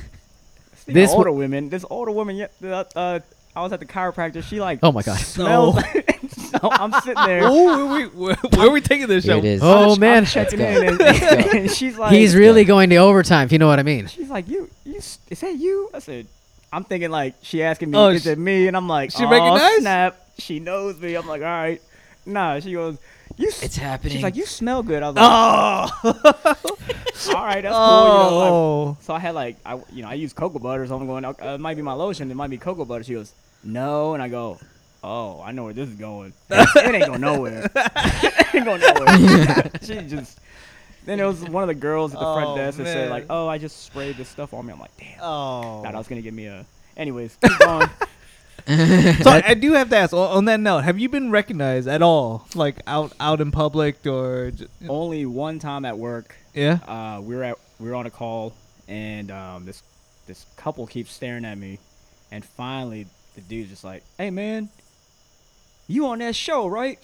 S2: Speaking
S1: This
S2: this
S1: wa-
S2: older women, this older woman, yeah, uh, uh, I was at the chiropractor. She like,
S1: Oh, my God.
S2: smells. so I'm sitting there.
S4: Ooh, where, we, where, where are we taking this
S3: Here
S4: show?
S3: it is.
S1: Oh, man.
S2: checking
S3: Let's go.
S2: in, and, and she's like,
S1: He's really going to overtime, if you know what I mean.
S2: She's like, you, you, s- is that you? I said, I'm thinking like she asking me,
S4: Oh,
S2: is
S4: she-
S2: it me? And I'm like,
S4: she
S2: oh,
S4: recognized?
S2: Snap, she knows me. I'm like, all right, nah. She goes, you. s-
S3: It's happening.
S2: She's like, you smell good. I was like,
S4: Oh,
S2: all right, that's cool. You know, like-
S4: oh.
S2: so I had like, I you know, I use cocoa butter, so I'm going. Uh, it might be my lotion. It might be cocoa butter. She goes, no, and I go, oh, I know where this is going. it ain't going nowhere. it ain't going nowhere. she just. Then there was one of the girls at the
S4: Oh,
S2: front desk that said
S4: man.
S2: like, oh, I just sprayed this stuff on me. I'm like, damn.
S4: Oh.
S2: God, I was gonna give me a. Anyways, keep going.
S4: So I do have to ask. On on that note, have you been recognized at all, like out out in public or? j-
S2: Only one time at work,
S4: Yeah.
S2: uh, we were at we were on a call, and um, this this couple keeps staring at me, and finally the dude's just like, "Hey man, you on that show, right?"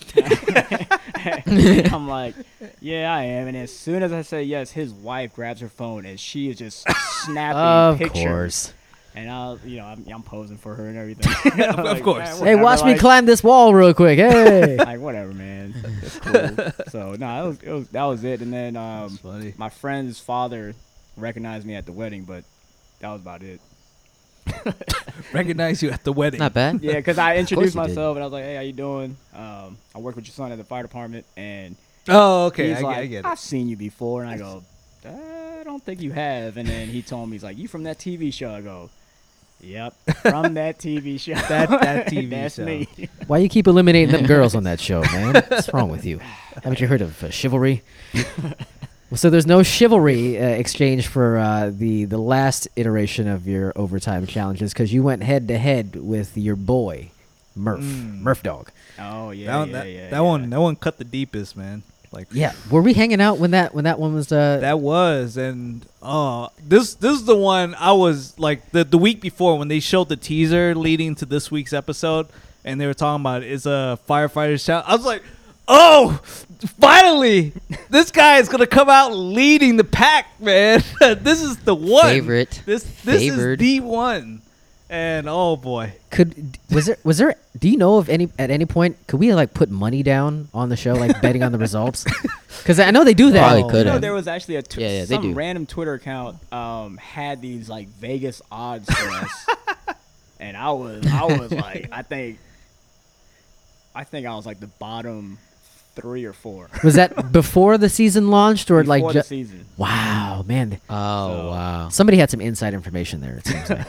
S2: I'm like, "Yeah, I am." And as soon as I say yes, his wife grabs her phone and she is just snapping
S1: Of
S2: pictures.
S1: course.
S2: And I, you know, I'm, I'm posing for her and everything. of
S4: course. Hey,
S1: Hey, watch me climb this wall real quick. Hey.
S2: like whatever, man. That's cool. so no, that was, it was that was it. And then um,
S4: funny.
S2: my friend's father recognized me at the wedding, but that was about it.
S4: Recognize you at the wedding.
S3: Not bad.
S2: Yeah, because I introduced
S3: he did.
S2: myself and I was like, "Hey, how you doing? Um, I work with your son at the fire department." And
S4: Oh, okay.
S2: he's
S4: I,
S2: like,
S4: get, I get it.
S2: have seen you before," and I go, "I don't think you have." And then he told me, "He's like, you from that TV show?" I go. Yep, from that TV show.
S4: That- that TV
S2: That's
S4: show.
S2: me.
S1: Why you keep eliminating them girls on that show, man? What's wrong with you? Haven't you heard of uh, chivalry? Well, so there's no chivalry uh, exchange for uh, the the last iteration of your overtime challenges because you went head to head with your boy Murph, Murph Dog.
S2: Oh yeah,
S4: that one,
S2: yeah,
S4: that,
S2: yeah,
S4: that
S2: yeah.
S4: one, that one cut the deepest, man. Like
S1: Yeah, were we hanging out when that when that one was? Uh,
S4: that was, and oh, this this is the one I was like the the week before when they showed the teaser leading to this week's episode, and they were talking about is a firefighter shout. I was like, oh, finally, this guy is gonna come out leading the pack, man. this is the one
S3: Favorite.
S4: This this
S3: Favored.
S4: is the one, and oh boy,
S1: could was there was there? Do you know of any at any point could we like put money down on the show like betting on the results? Because I know they do that.
S3: Probably
S4: Oh,
S3: could
S2: You know,
S3: have.
S2: there was actually a tw-
S3: Yeah, yeah, they do.
S2: some random Twitter account um, had these like Vegas odds for us, and I was I was like I think I think I was like the bottom three or four
S1: Was that before the season launched or
S2: before
S1: like?
S2: the
S1: ju-
S2: season.
S1: wow, man.
S3: Oh
S2: So-
S3: wow.
S1: Somebody had some inside information there. It seems like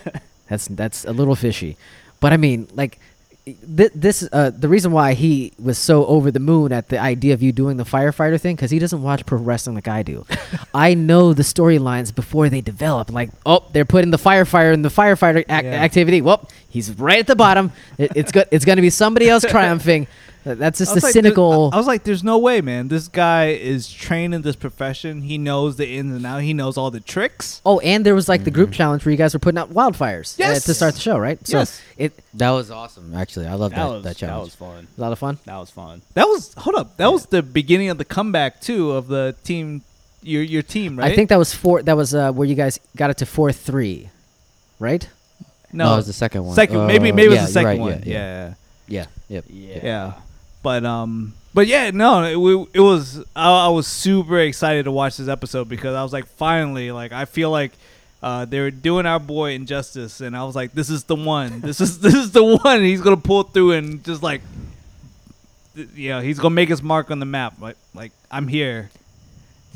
S1: that's that's a little fishy, but I mean, like th- this uh, the reason why he was so over the moon at the idea of you doing the firefighter thing because he doesn't watch pro wrestling like I do. I know the storylines before they develop. Like, oh, they're putting the firefighter in the firefighter ac-
S4: Yeah.
S1: activity. Well, he's right at the bottom. It, it's good. It's going to be somebody else triumphing. Th- That's just
S4: I
S1: the
S4: was like, there-
S1: cynical.
S4: I I was like, "There's no way, man. This guy is trained in this profession. He knows the ins and outs. He knows all the tricks."
S1: Oh, and there was like the
S2: Mm-hmm.
S1: group challenge where you guys were putting out wildfires uh,
S4: Yes.
S1: to start the show, right? So
S4: Yes.
S1: it
S3: That was awesome. Actually, I love
S2: That,
S3: that that,
S2: was that,
S3: challenge.
S2: was fun.
S1: a lot of fun.
S2: That was fun.
S4: That was hold up. That was the beginning of the comeback too of the team. Your your team, right?
S1: I think that was four. That was uh, where you guys got it to four three, right?
S3: no, it was the second one.
S4: second.
S3: Uh,
S4: maybe maybe it
S3: yeah,
S4: was the
S3: you're
S4: second
S3: right,
S4: one. Yeah, yeah.
S3: Yeah. Yep.
S2: Yeah.
S4: yeah. But um, But yeah, no, it, wa- it was. I, I was super excited to watch this episode because I was like, finally, like I feel like uh, they were doing our boy injustice, and I was like, this is the one. This is this is the one. He's gonna pull through and just like, th- you know, he's gonna make his mark on the map. Like, like I'm here.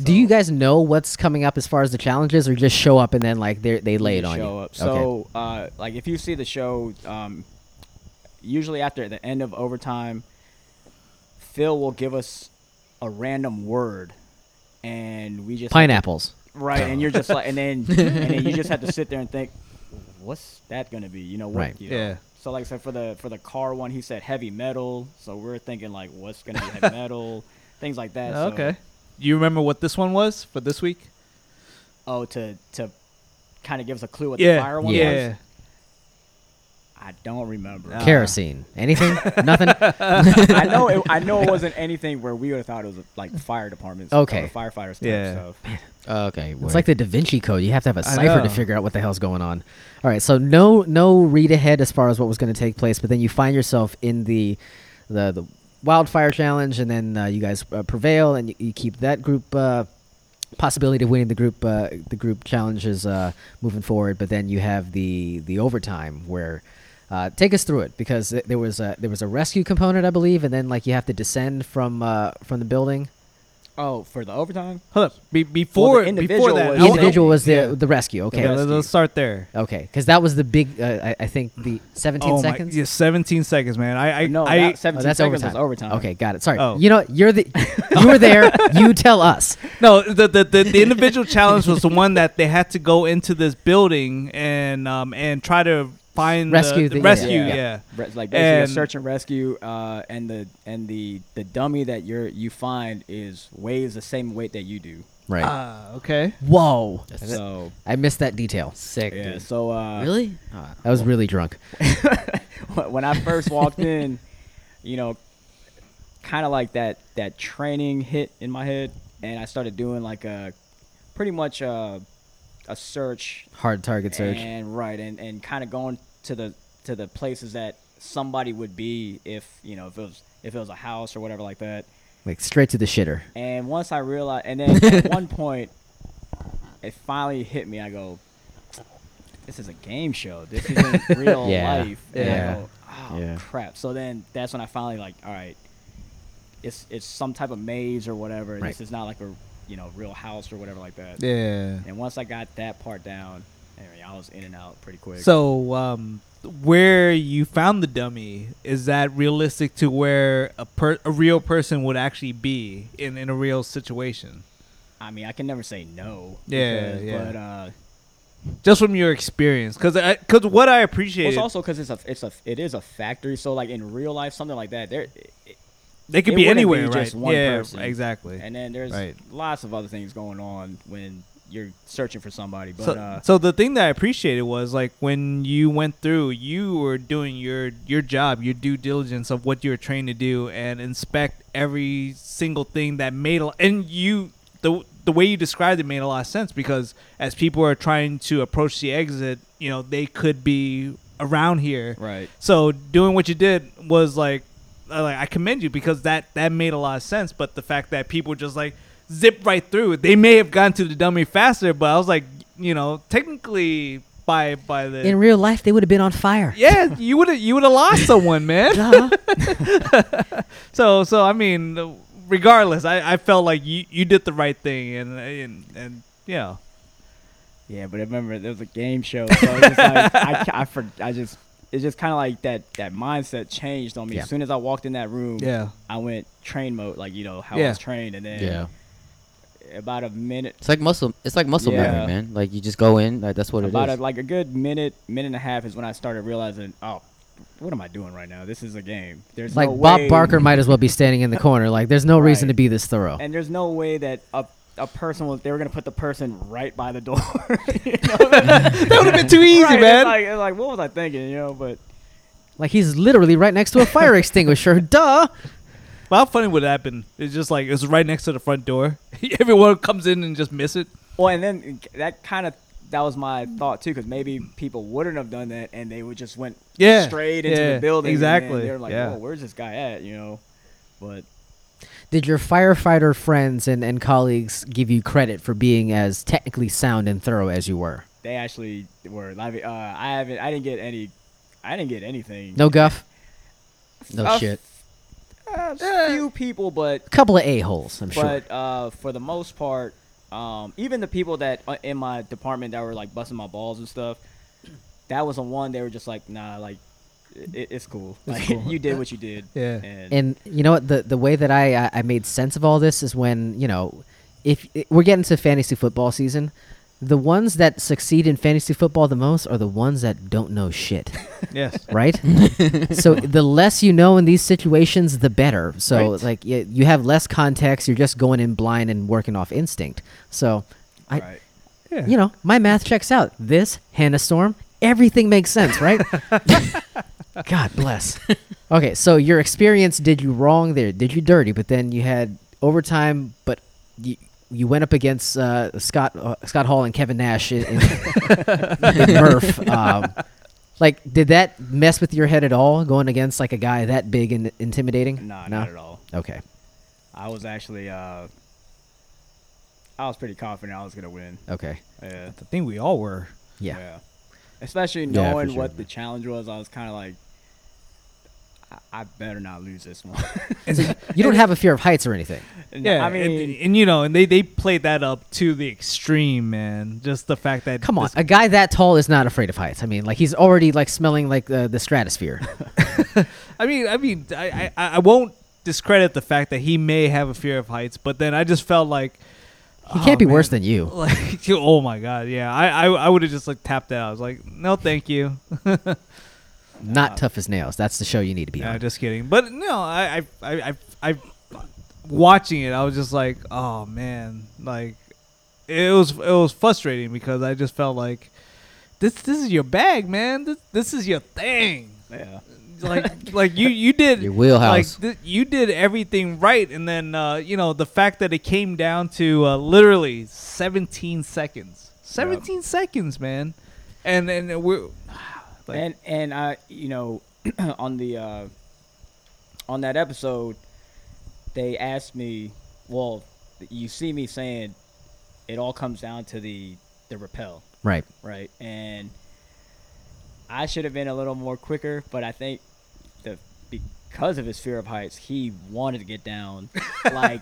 S1: Do you guys know what's coming up as far as the challenges, or just show up and then like they they lay it
S2: you
S1: on
S2: show
S1: you?
S2: Up. So, uh, like, if you see the show, um, usually after the end of overtime, Phil will give us a random word, and we just
S1: pineapples.
S2: right? And you're just like, and then and then you just have to sit there and think, what's that gonna be? You know what?
S1: Right.
S2: you know?
S4: Yeah.
S2: So like I said for the for the car one, he said heavy metal. So we're thinking like, what's gonna be heavy metal? Things like that. So-
S4: You remember what this one was for this week?
S2: oh, to to kind of give us a clue what
S4: yeah.
S2: the fire one
S4: yeah.
S2: was. I don't remember.
S4: Uh,
S1: Kerosene. Anything? Nothing.
S2: I know it, I know it wasn't anything where we would have thought it was like fire departments,
S1: Okay.
S2: or firefighters. Type
S4: Yeah.
S2: stuff.
S3: Oh, okay.
S1: It's like the Da Vinci Code. You have to have a
S4: I
S1: cipher
S4: know.
S1: to figure out what the hell's going on. All right, so no no read ahead as far as what was going to take place, but then you find yourself in the the, the wildfire challenge, and then uh, you guys uh, prevail, and you, you keep that group uh, possibility of winning the group uh, the group challenges uh, moving forward. But then you have the the overtime where. Uh, take us through it because th- there was a there was a rescue component, I believe, and then like you have to descend from uh, from the building.
S2: Oh, for the overtime.
S4: Hold up. Be- before before
S2: individual
S4: that, I
S2: was-
S1: The
S4: wanna-
S1: individual was the
S4: Uh, Yeah.
S1: the rescue. Okay,
S4: Yeah, let's-
S2: rescue.
S4: let's start there.
S1: Okay, because that was the big. Uh, I, I think the 17
S4: oh
S1: seconds.
S4: My, yeah, 17 seconds, man. I, I
S2: No,
S4: I,
S2: that
S1: Oh,
S2: seventeen
S1: that's
S2: seconds
S1: overtime.
S2: was overtime.
S1: Okay, got it. Sorry.
S4: Oh.
S1: You know, you're the. You were there. you tell us.
S4: no. The, the, the, the individual challenge was the one that they had to go into this building and um and try to find
S1: Rescue
S4: the,
S1: the-
S4: rescue.
S2: yeah.
S4: Yeah.
S2: Re- like basically a
S4: And-
S2: search and rescue, uh, and the and the the dummy that you're you find is weighs the same weight that you do.
S1: Right.
S2: Uh,
S4: Ah, okay.
S1: Whoa.
S2: So
S1: I missed that detail.
S3: sick.
S2: yeah,
S3: dude.
S2: so uh,
S3: really? Uh,
S1: I was really drunk.
S2: when I first walked in, you know, kind of like that that training hit in my head, and I started doing like a pretty much a, a search
S1: Hard target search.
S2: and right and, and kind of going to the to the places that somebody would be if you know if it was if it was a house or whatever like that.
S1: Like straight to the shitter.
S2: And once I realized, and then at one point, it finally hit me. I go, "This is a game show. This isn't real
S3: Yeah.
S2: life." And
S1: Yeah.
S2: I go, "Oh
S1: Yeah.
S2: crap!" So then that's when I finally like, all right, it's it's some type of maze or whatever.
S1: Right.
S2: This is not like a you know real house or whatever like that.
S4: Yeah.
S2: And once I got that part down, anyway, I was in and out pretty quick.
S4: So um, where you found the dummy is that realistic to where a per- a real person would actually be in in a real situation?
S2: I mean, I can never say no.
S4: Yeah,
S2: because-
S4: yeah.
S2: But uh,
S4: Just from your experience, because because what I
S2: well,
S4: appreciate
S2: it's also because it's a it's a it is a factory. So like in real life, something like that, there
S4: They could
S2: It
S4: be
S2: wouldn't
S4: anywhere,
S2: be
S4: right?
S2: just one
S4: yeah,
S2: person.
S4: exactly.
S2: And then there's
S4: Right.
S2: lots of other things going on when you're searching for somebody. But
S4: so,
S2: uh,
S4: so the thing that I appreciated was like when you went through, you were doing your your job, your due diligence of what you were trained to do, and inspect every single thing that made a, and you the the way you described it made a lot of sense because as people are trying to approach the exit, you know they could be around here,
S2: right,
S4: So doing what you did was like, I- like I commend you because that that made a lot of sense. But the fact that people just like zip right through, they may have gone to the dummy faster, but I was like, you know, technically by by the
S1: In real life, they would have been on fire.
S4: yeah, you would have you would have lost someone, man.
S1: Duh. Uh-huh.
S4: So so I mean, regardless, I, I felt like you you did the right thing, and and and yeah,
S2: yeah. But I remember there was a game show, so it's just like, I, ca- I, for, I just it's just kind of like that that mindset changed on me
S1: Yeah.
S2: as soon as I walked in that room.
S4: yeah,
S2: I went train mode, like you know how I
S4: Yeah.
S2: was trained, and then
S3: yeah.
S2: about a minute,
S3: It's like muscle. It's like muscle
S2: Yeah.
S3: memory, man. Like you just go in. Like that's what it
S2: about a,
S3: is.
S2: like a good minute, minute and a half is when I started realizing, oh, what am I doing right now? This is a game. There's
S1: like
S2: no
S1: Bob
S2: way-
S1: Barker might as well be standing in the corner. Like there's no reason to
S2: Right.
S1: be this
S4: Oh.
S1: thorough.
S2: and there's no way that a a person was they were gonna put the person right by the door. You know what I mean?
S4: that would have been too easy,
S2: Right, it's
S4: man.
S2: like, it's like, what was I thinking? You know, but
S1: like he's literally right next to a fire extinguisher. Duh.
S4: Well, how funny would that have been? It's just like it's right next to the front door. Everyone comes in and just miss it.
S2: well, and then that kind of that was my thought too, because maybe people wouldn't have done that, and they would just went
S4: Yeah,
S2: straight into
S4: yeah,
S2: the building.
S4: exactly,
S2: They're like,
S4: yeah.
S2: "Whoa, where's this guy at?" You know, but
S1: Did your firefighter friends and, and colleagues give you credit for being as technically sound and thorough as you were?
S2: They actually were. I mean, uh, I haven't. I didn't get any. I didn't get anything.
S1: No guff?
S3: No
S2: Uh,
S3: shit.
S2: Uh, few people, but
S1: A couple of a-holes, I'm sure.
S2: but uh, for the most part, um, even the people that uh, in my department that were like busting my balls and stuff, that was the one they were just like, nah, like it, it's cool. like you did what you did.
S4: Yeah.
S2: And,
S1: And you know what? The, the way that I, I, I made sense of all this is when, you know, if i- we're getting to fantasy football season, the ones that succeed in fantasy football the most are the ones that don't know shit,
S4: Yes.
S1: right? so the less you know in these situations, the better. So
S2: Right.
S1: like you, you have less context, you're just going in blind and working off instinct. So I,
S2: right.
S4: Yeah.
S1: you know, my math checks out. This, Hannah Storm, everything makes sense, right? God bless. Okay, so your experience did you wrong there, did you dirty, but then you had overtime, but you, you went up against uh, Scott uh, Scott Hall and Kevin Nash in, in, in Murph. Um, like, did that mess with your head at all, going against like a guy that big and intimidating?
S2: Nah,
S1: no?
S2: not at all.
S1: Okay.
S2: I was actually, uh, I was pretty confident I was gonna win.
S1: Okay.
S2: Yeah.
S4: I think we all were.
S1: Yeah.
S2: Especially
S3: Yeah, for
S2: knowing
S3: sure,
S2: what
S3: man.
S2: the challenge was, I was kind of like, I-, I better not lose this one.
S1: You don't have a fear of heights or anything.
S2: And
S4: Yeah,
S2: I
S4: and-
S2: mean,
S4: and, you know, and they they played that up to the extreme, man. Just the fact that
S1: Come on,
S4: this-
S1: a guy that tall is not afraid of heights. I mean, like he's already like smelling like uh, the stratosphere.
S4: I mean, I mean, I, I I won't discredit the fact that he may have a fear of heights, but then I just felt like
S1: He
S4: Oh,
S1: can't be worse than you.
S4: Like, oh my god, yeah. I I, I would have just like tapped out. I was like, no, thank you.
S1: Not tough as nails. That's the show you need to be
S4: No,
S1: on.
S4: just kidding. But no, I I I I, I watching it, I was just like, oh man, like it was it was frustrating because I just felt like this this is your bag, man. This this is your thing.
S2: yeah.
S4: like like you you did
S3: Your wheelhouse.
S4: Like th- you did everything right, and then uh, you know the fact that it came down to uh, literally 17 seconds, 17 seconds, man, and and uh, we're like,
S2: and and I, you know, on the uh, on that episode, they asked me, well, you see me saying, it all comes down to the the repel,
S1: Right.
S2: right? And I should have been a little more quicker, but I think the because of his fear of heights, he wanted to get down like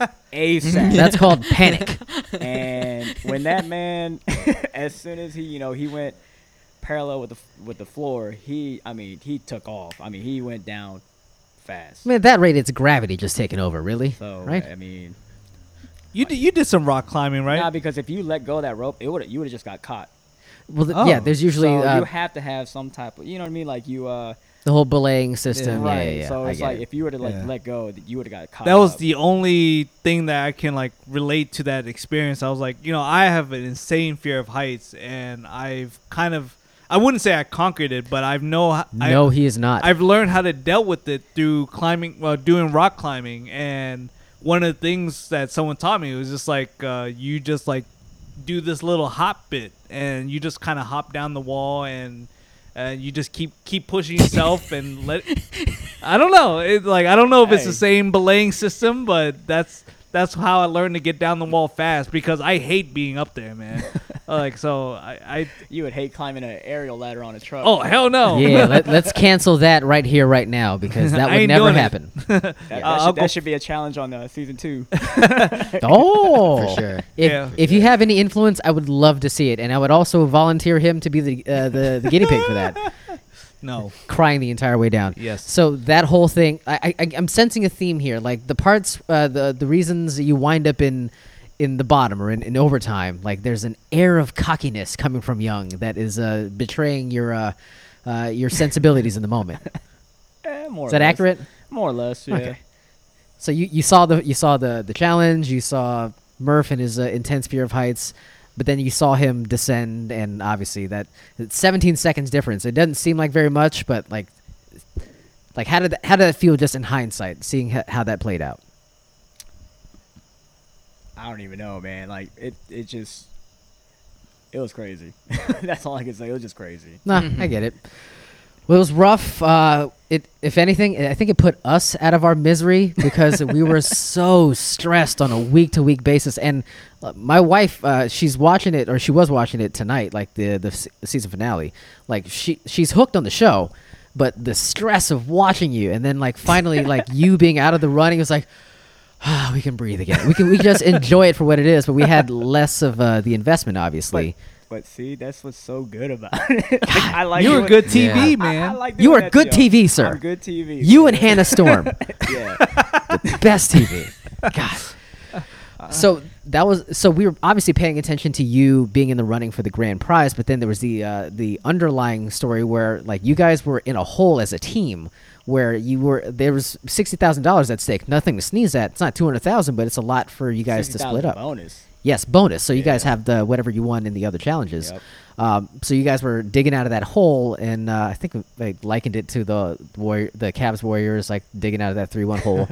S2: ASAP.
S1: That's called panic.
S2: and when that man, as soon as he, you know, he went parallel with the with the floor, he, I mean, he took off. I mean, he went down fast.
S1: I mean, at that rate, it's gravity just taking over, really.
S2: So
S1: right?
S2: I mean,
S4: you did you did some rock climbing, right?
S2: nah, because if you let go of that rope, it would you would have just got caught.
S1: Well, th-
S4: Oh.
S1: yeah, there's usually
S2: so
S1: uh,
S2: you have to have some type of, you know what I mean, like you, uh,
S1: the whole belaying system. Yeah,
S2: right.
S1: yeah, yeah.
S2: So
S1: I
S2: it's
S1: get
S2: like
S1: it.
S2: if you were to like
S4: Yeah.
S2: let go, you would have got caught.
S4: that was
S2: up.
S4: the only thing that I can like relate to that experience. I was like, you know, I have an insane fear of heights, and I've kind of I wouldn't say I conquered it, but I've no I-
S1: no, he is not.
S4: I've learned how to deal with it through climbing, well, doing rock climbing, and one of the things that someone taught me was just like uh, you just like do this little hop bit, and you just kind of hop down the wall, and uh, you just keep keep pushing yourself, and let. I don't know. It, like I don't know if it's the
S2: Hey.
S4: same belaying system, but that's that's how I learned to get down the wall fast because I hate being up there, man. like so, I, I
S2: you would hate climbing an aerial ladder on a truck.
S4: oh hell no.
S1: yeah, let, us cancel that right here, right now, because that
S4: I
S1: would
S4: ain't
S1: never
S4: doing it.
S1: happen.
S2: that, that
S4: Uh, I'll
S2: should,
S4: go-
S2: that should be a challenge on uh, season two.
S1: Oh,
S3: For sure.
S1: If,
S4: Yeah.
S1: if you have any influence, I would love to see it, and I would also volunteer him to be the uh, the, the guinea pig for that.
S4: no.
S1: crying the entire way down.
S4: Yes.
S1: So that whole thing, I, I I'm sensing a theme here. Like the parts, uh, the the reasons that you wind up in in the bottom or in, in overtime, like there's an air of cockiness coming from Young that is uh, betraying your uh, uh, your sensibilities in the moment.
S2: Eh, more
S1: Is
S2: or
S1: that
S2: less.
S1: accurate?
S2: More or less. Yeah.
S1: Okay. So you, you saw the you saw the the challenge. You saw Murph and his uh, intense fear of heights, but then you saw him descend, and obviously that that 17 seconds difference. It doesn't seem like very much, but like like how did that, how did that feel just in hindsight, seeing how, how that played out?
S2: I don't even know, man. Like it, it just, it was crazy. That's all I can say. It was just crazy.
S1: Nah, I get it. Well, it was rough. Uh, it, if anything, I think it put us out of our misery because we were so stressed on a week to week basis. And uh, my wife, uh, she's watching it, or she was watching it tonight, like the the se- season finale. Like she she's hooked on the show, but the stress of watching you, and then like finally like you being out of the running was like. Ah, we can breathe again. We can we can just enjoy it for what it is, but we had less of uh, the investment, obviously.
S2: But see, that's what's so good about it. Like, I like
S4: you were
S2: doing-
S4: good TV,
S3: Yeah.
S4: man.
S2: I, I like
S1: You
S2: doing
S1: are
S2: that
S1: good
S2: to y'all.
S1: TV, sir.
S2: I'm good TV.
S1: You and Hannah Storm.
S2: yeah.
S1: best TV. God. So that was so we were obviously paying attention to you being in the running for the grand prize, but then there was the uh, the underlying story where like you guys were in a hole as a team where you were there was sixty thousand dollars at stake, nothing to sneeze at. It's not two hundred thousand, but it's a lot for you guys to
S2: 60,000
S1: split up.
S2: Bonus.
S1: Yes, bonus. So you guys
S2: Yeah.
S1: have the whatever you won in the other challenges.
S2: Yep.
S1: Um, so you guys were digging out of that hole, and uh, I think they likened it to the warrior, the Cavs Warriors, like digging out of that three-one hole.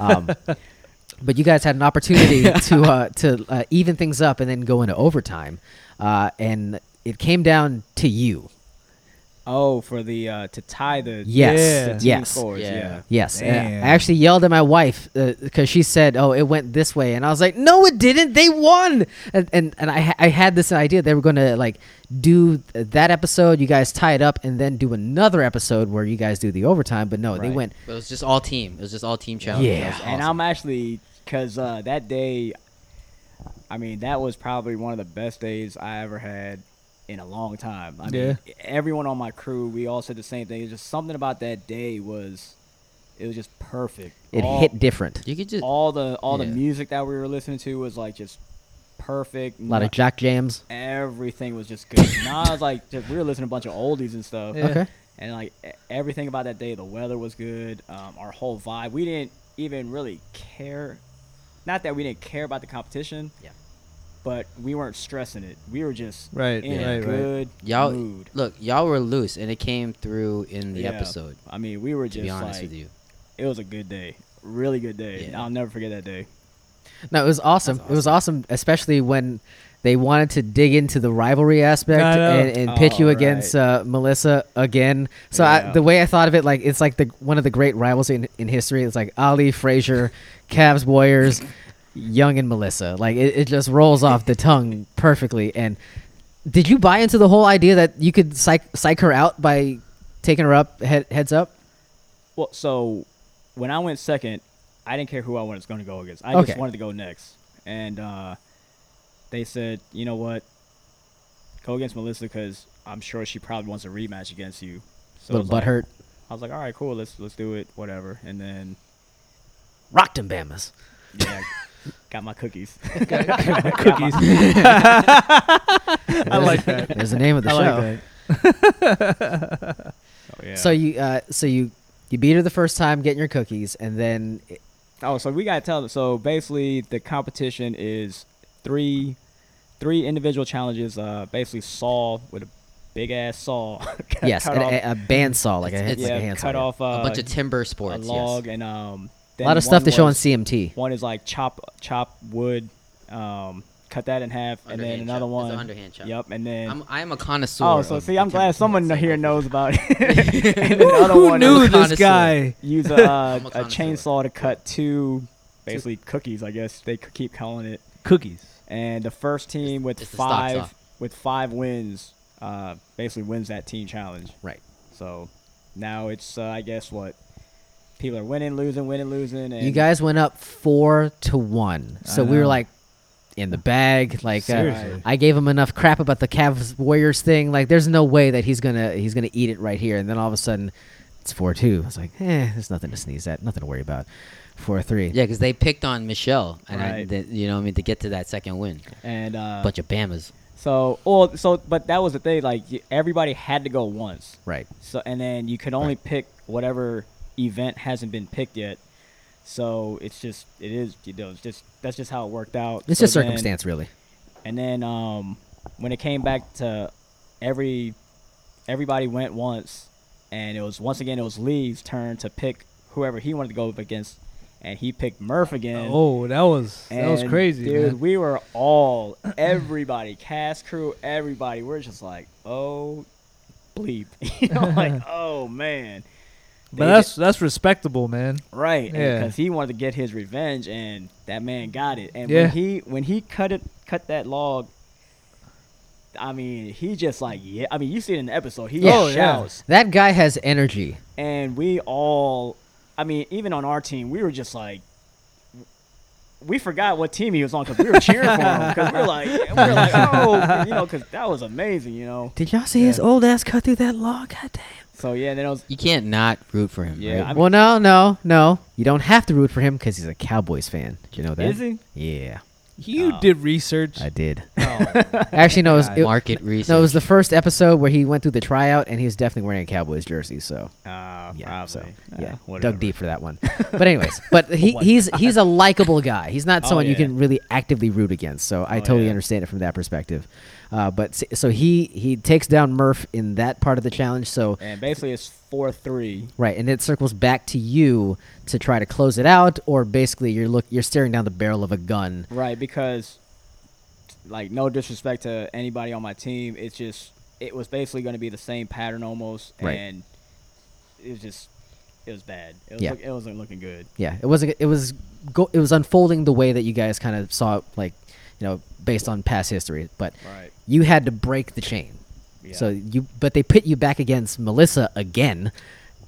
S1: um, but you guys had an opportunity to uh, to uh, even things up and then go into overtime, uh, and it came down to you.
S2: Oh, for the uh, to tie the
S1: Yes,
S2: the team
S1: yes.
S2: scores,
S3: Yeah.
S2: yeah.
S1: Yes, uh,
S4: Damn.
S1: I actually yelled at my wife because she said, "Oh, it went this way," and I was like, "No, it didn't. They won." And and, and I ha- I had this idea they were going to like do th- that episode. You guys tie it up, and then do another episode where you guys do the overtime. But no, they
S2: Right.
S1: went.
S3: But it was just all team. It was just all team challenge.
S1: Yeah.
S3: That was
S2: And
S3: awesome.
S2: I'm actually because uh, that day, I mean, that was probably one of the best days I ever had in a long time. I mean, everyone on my crew, we all said the same thing. It's just something about that day was, it was just perfect.
S1: It
S2: All-
S1: hit different.
S3: You could just
S2: all the all
S3: Yeah.
S2: the music that we were listening to was like just perfect.
S1: A lot of jock jams.
S2: everything was just good. Nas like just, we were listening to a bunch of oldies and stuff.
S1: Okay.
S2: And like e- everything about that day, the weather was good. Um, our whole vibe. We didn't even really care. Not that we didn't care about the competition.
S1: Yeah.
S2: But we weren't stressing it. We were just
S4: Right,
S2: in
S4: right,
S2: a
S4: right.
S2: good
S3: y'all
S2: mood.
S3: look y'all were loose and it came through in the
S2: Yeah.
S3: episode.
S2: I mean, we were
S3: To
S2: just
S3: be honest
S2: like
S3: with you,
S2: it was a good day, really good day.
S3: Yeah.
S2: I'll never forget that day.
S1: No, it was awesome. It was awesome, especially when they wanted to dig into the rivalry aspect
S4: I know.
S1: and, and pit you
S2: Oh,
S1: against
S2: right.
S1: uh, Melissa again. So I,
S2: Yeah.
S1: the way I thought of it, like it's like the one of the great rivals in, in history. It's like Ali, Frazier, Cavs, Warriors, Young, and Melissa. Like it, it just rolls off the tongue perfectly. And did you buy into the whole idea that you could psych psych her out by taking her up head, heads up?
S2: Well, so when I went second, I didn't care who I was going to go against. I
S1: Okay.
S2: just wanted to go next, and uh, they said, you know what, go against Melissa because I'm sure she probably wants a rematch against you. So I
S1: Little
S2: was
S1: butt
S2: like,
S1: hurt.
S2: I was like, all right, cool, let's let's do it, whatever. And then
S1: Rocked them, Bamas.
S2: yeah, I got my cookies.
S4: Cookies. I like that.
S1: There's the name of the
S4: I
S1: show.
S4: like that.
S2: So, Oh, yeah.
S1: So you, uh, so you, you beat her the first time getting your cookies, and then
S2: Oh, so we gotta tell them. So basically, the competition is three, three individual challenges. Uh, basically saw with a big ass saw. cut-
S1: yes,
S2: cut
S1: an-
S2: off-
S1: a, a bandsaw like a
S3: It's-
S1: uh, it's, like
S2: yeah,
S1: a handsaw,
S2: cut
S1: yeah.
S2: off uh,
S3: a bunch of timber
S2: a
S3: sports.
S2: log
S3: Yes.
S2: and um.
S1: A
S2: then
S1: lot of stuff
S2: one
S1: they show on
S2: was-
S1: CMT.
S2: One is like chop chop wood, um, cut that in half, and then
S3: Underhand
S2: another
S3: chop. It's
S2: one.
S3: an underhand chop.
S2: Yep, and then.
S3: I'm, I am a connoisseur.
S2: oh, so
S3: of
S2: see, I'm
S3: attempting
S2: glad
S3: to
S2: someone
S3: hit
S2: here
S3: cycles.
S2: knows about it. and then other
S4: Who
S2: one
S4: knew
S2: is
S4: this
S3: Reconnaissance.
S4: guy?
S2: Use a, uh,
S3: I'm a
S2: a
S3: connoisseur.
S2: chainsaw to cut two, basically cookies. I guess they c- keep calling it.
S4: Cookies.
S2: and the first team with
S3: it's the stop
S2: five
S3: sign.
S2: with five wins uh, basically wins that team challenge.
S1: Right.
S2: So now it's uh, I guess what people are winning, losing, winning, losing, and
S1: You guys went up four to one, so
S4: I
S1: we were
S4: know.
S1: like in the bag. Like uh,
S4: Seriously.
S1: I gave him enough crap about the Cavs Warriors thing. Like there's no way that he's gonna he's gonna eat it right here. And then all of a sudden, it's four two. I was like, eh, there's nothing to sneeze at, nothing to worry about. Four three.
S3: Yeah, because they picked on Michelle, and I,
S2: Right.
S3: th- you know, what I mean, to get to that second win,
S2: and uh,
S3: bunch of Bamas.
S2: so well so but that was the thing like y- everybody had to go once.
S1: Right.
S2: So and then you could only pick whatever event hasn't been picked yet. So it's just it is you know it's just that's just how it worked out.
S1: It's
S2: So
S1: just
S2: then-
S1: circumstance, really.
S2: And then um, when it came back to every everybody went once, and it was once again it was Lee's turn to pick whoever he wanted to go up against, and he picked Murph again.
S4: Oh, that was that was
S2: And,
S4: crazy,
S2: dude.
S4: man.
S2: We were all everybody, cast crew, everybody. We're just like, oh, bleep. you know, like, oh man.
S4: But
S2: They-
S4: that's that's respectable, man.
S2: Right,
S4: Yeah.
S2: because he wanted to get his revenge, and that man got it. And
S4: Yeah.
S2: when he when he cut it, cut that log. I mean, he just like yeah. I mean, you see it in the episode. He
S1: Yeah.
S2: just
S1: Oh,
S4: yeah.
S2: shouts,
S1: That guy has energy.
S2: and we all. I mean, even on our team, we were just like. We forgot what team he was on because we were cheering for him because we were like, we were like, oh, you know, because that was amazing, you know.
S1: Did y'all see his old ass cut through that log? God damn.
S2: So yeah, then it was
S3: You can't not root for him.
S2: Yeah,
S3: right?
S2: I mean-
S1: well, no, no, no. You don't have to root for him because he's a Cowboys fan. Did you know that?
S2: is he?
S1: Yeah,
S4: You did research.
S1: I did.
S4: Oh.
S1: Actually, no, it was, it,
S3: market research.
S1: no, it was the first episode where he went through the tryout, and he was definitely wearing a Cowboys jersey. So
S2: Uh,
S1: yeah,
S2: probably.
S1: so
S2: Uh,
S1: Ah, yeah,
S2: whatever.
S1: dug deep for that one. But anyways, but he, he's he's a likable guy. He's not
S2: Oh,
S1: someone you
S2: yeah.
S1: can really actively root against. So I
S2: Oh,
S1: totally
S2: yeah.
S1: understand it from that perspective. Uh, but s- so he he takes down Murph in that part of the challenge. So
S2: And basically, it's four three.
S1: Right, and it circles back to you to try to close it out, or basically you're look you're staring down the barrel of a gun.
S2: Right, because like no disrespect to anybody on my team, it's just it was basically going to be the same pattern almost,
S1: Right.
S2: and it was just it was bad. It, was
S1: Yeah.
S2: look, it wasn't looking good.
S1: Yeah, it wasn't. It was go, it was unfolding the way that you guys kind of saw, it, like you know, based on past history. But
S2: Right.
S1: you had to break the chain.
S2: Yeah.
S1: So you, but they pit you back against Melissa again,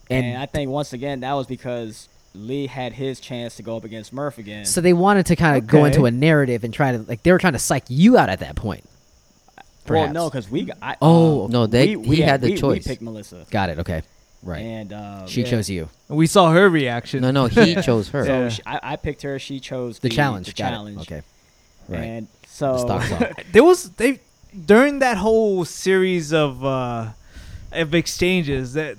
S2: And,
S1: and,
S2: I think once again that was because Lee had his chance to go up against Murph again.
S1: so they wanted to kind of go into
S4: Okay.
S1: a narrative and try to like they were trying to psych you out at that point.
S2: well, no,
S1: perhaps.
S2: because we got I,
S1: Oh,
S2: um,
S3: no, they-
S2: we, we
S3: he had the
S2: we-
S3: choice.
S2: We picked Melissa,
S1: Got it. Okay,
S3: right.
S2: and um,
S1: she chose you.
S4: we saw her reaction.
S3: no, no, he chose her.
S2: So
S4: Yeah.
S2: she, I, I picked her. She chose
S1: The
S2: the,
S1: challenge.
S2: The
S1: got it.
S2: challenge.
S1: Okay. Right.
S2: And so
S1: The stock song.
S4: There was they during that whole series of uh of exchanges that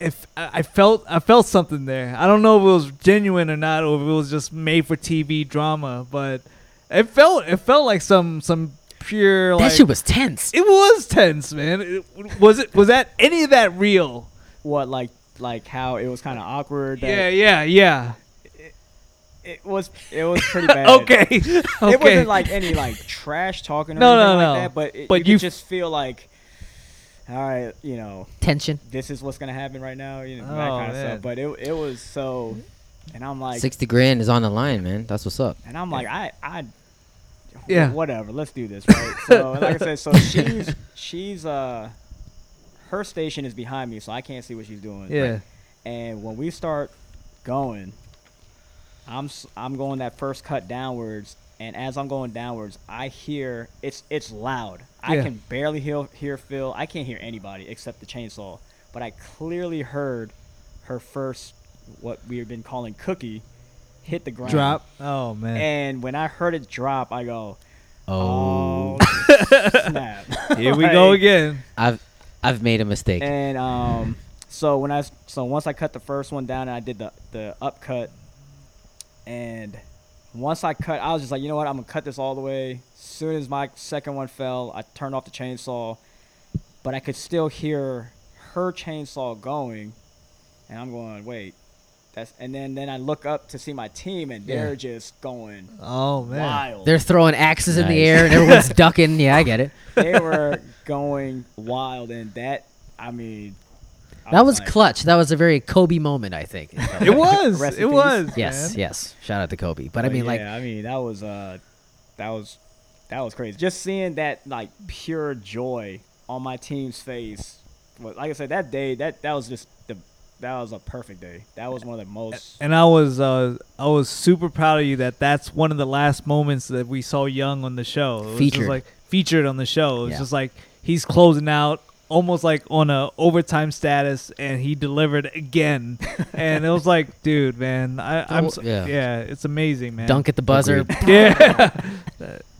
S4: if I I felt I felt something there. I don't know if it was genuine or not, or if it was just made for TV drama, but it felt it felt like some some pure
S1: that
S4: like
S1: shit was tense.
S4: it was tense, man. It, was it was that any of that real?
S2: what like like how it was kind of awkward. That
S4: Yeah, yeah, yeah.
S2: It was it was pretty bad.
S4: Okay.
S2: It wasn't like any like trash talking or
S4: No,
S2: anything
S4: no,
S2: like
S4: no.
S2: that, but it,
S4: But
S2: you, could
S4: you-
S2: just feel like all right, you know,
S1: Tension.
S2: this is what's gonna happen right now, you know, that
S4: Oh,
S2: kind of
S4: man.
S2: stuff. But it it was so and I'm like
S3: Sixty grand is on the line, man. That's what's up.
S2: and I'm like, I I
S4: Yeah.
S2: whatever, let's do this, right? so and like I said, so she's she's uh her station is behind me, so I can't see what she's doing.
S4: yeah.
S2: And when we start going, I'm s- I'm going that first cut downwards, and as I'm going downwards, I hear it's it's loud. I
S4: Yeah.
S2: can barely hear hear Phil. I can't hear anybody except the chainsaw, but I clearly heard her first what we have been calling cookie hit the ground.
S4: Drop. Oh man.
S2: And when I heard it drop, I go,
S1: Oh.
S2: oh, snap!
S4: Here we go
S2: Like,
S4: again.
S3: I've I've made a mistake.
S2: and um, so when I s- so once I cut the first one down and I did the the upcut, and once I cut, I was just like, you know what, I'm gonna cut this all the way. Soon as my second one fell, I turned off the chainsaw, but I could still hear her chainsaw going, and I'm going, wait, that's. And then then I look up to see my team, and they're just going
S4: Oh man.
S2: wild.
S1: They're throwing axes in the
S3: Nice.
S1: air and everyone's ducking. Yeah, I get it.
S2: they were going wild, and that, I mean, I
S1: That was
S2: like-
S1: clutch. That was a very Kobe moment, I think.
S4: It was.
S2: Rest in
S4: It
S2: peace.
S4: was.
S1: yes,
S4: man.
S1: yes. Shout out to Kobe. But I
S2: But
S1: mean,
S2: Oh, yeah,
S1: like,
S2: I mean, that was uh, that was that was crazy. Just seeing that like pure joy on my team's face. Well, like I said, that day, that that was just the that was a perfect day. That was one of the most.
S4: And I was uh, I was super proud of you that that's one of the last moments that we saw Young on the show. It was just
S1: Featured.
S4: like featured on the show. It was
S1: Yeah.
S4: just like he's closing out almost like on a overtime status and he delivered again. and it was like, dude, man, I, I'm s
S3: Yeah.
S4: yeah. it's amazing, man.
S1: dunk at the buzzer.
S4: Yeah.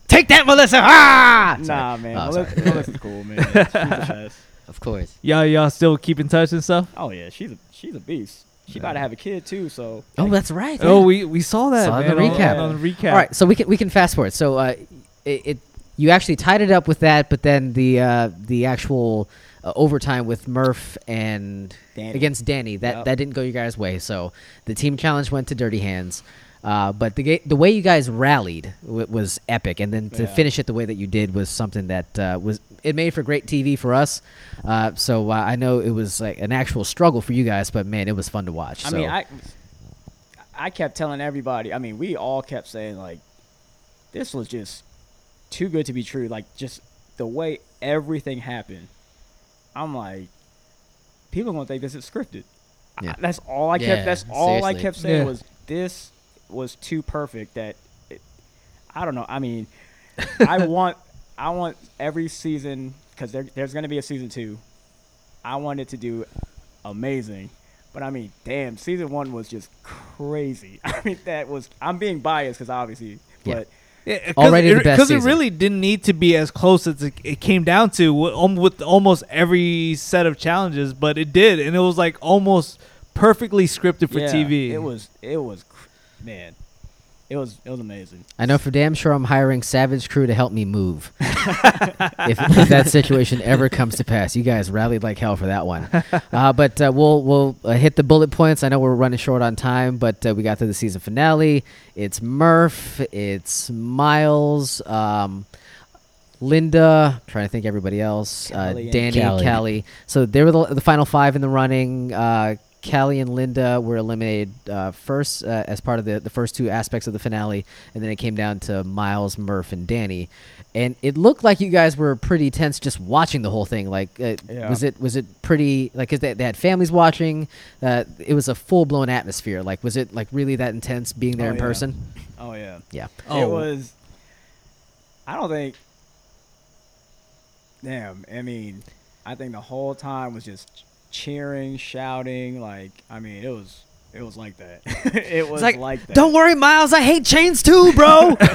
S1: Take that, Melissa. Ah!
S2: Nah, man,
S1: Oh,
S2: Melissa,
S1: sorry.
S2: Melissa's cool, man. She's the best.
S3: Of course.
S4: y'all y'all still keep in touch and stuff?
S2: Oh yeah, she's a she's a beast. She about to have a kid too, so
S1: Oh, that's right.
S4: Oh, we we saw that.
S1: Saw the
S4: man, on-
S1: recap.
S4: On, the recap.
S1: All right, so we can we can fast forward. So uh, it, it you actually tied it up with that, but then the uh, the actual uh, overtime with Murph and
S2: Danny.
S1: against Danny that
S2: Yep.
S1: that didn't go your guys' way. So the team challenge went to Dirty Hands. Uh, but the ga- the way you guys rallied w- was epic, and then to
S2: Yeah.
S1: finish it the way that you did was something that uh, was it made for great TV for us. Uh, so uh, I know it was like an actual struggle for you guys, but man, it was fun to watch.
S2: I
S1: so.
S2: mean, I I kept telling everybody. I mean, we all kept saying like, this was just too good to be true. Like, just the way everything happened. I'm like, people are gonna think this is scripted. I-
S3: Yeah.
S2: that's all I kept.
S3: Yeah,
S2: that's all I
S3: seriously.
S2: kept saying
S4: Yeah.
S2: was this was too perfect. That it, I don't know. I mean, I want I want every season because there, there's gonna be a season two. I wanted to do amazing. But I mean, damn, season one was just crazy. I mean, that was. I'm being biased because obviously,
S1: Yeah.
S2: but
S4: Yeah,
S1: Already the best
S4: because it
S1: season.
S4: really didn't need to be as close as it, it came down to with, um, with almost every set of challenges, but it did, and it was like almost perfectly scripted for
S2: yeah,
S4: TV.
S2: it was. It was, cr- man, it was. It was amazing.
S1: I know for damn sure I'm hiring Savage Crew to help me move. if, if that situation ever comes to pass, you guys rallied like hell for that one. Uh, but uh, we'll we'll uh, hit the bullet points. I know we're running short on time, but uh, we got through the season finale. It's Murph. It's Miles. Um, Linda, trying to think everybody else, uh,
S2: Callie and-
S1: Danny, Callie.
S3: Callie.
S1: So they were the, the final five in the running. Uh, Callie and Linda were eliminated uh, first uh, as part of the, the first two aspects of the finale, and then it came down to Miles, Murph, and Danny. And it looked like you guys were pretty tense just watching the whole thing. Like, uh,
S2: Yeah.
S1: was it was it pretty like? Cause they, they had families watching. Uh, it was a full blown atmosphere. Like, was it like really that intense being there
S2: Oh,
S1: in
S2: yeah.
S1: person?
S2: Oh yeah.
S1: Yeah.
S3: Oh.
S2: It was. I don't think. Damn. I mean, I think the whole time was just cheering, shouting. Like, I mean, it was. It was like that. it was
S1: like,
S2: like, that.
S1: Don't worry, Miles. I hate chains too, bro.
S2: It was,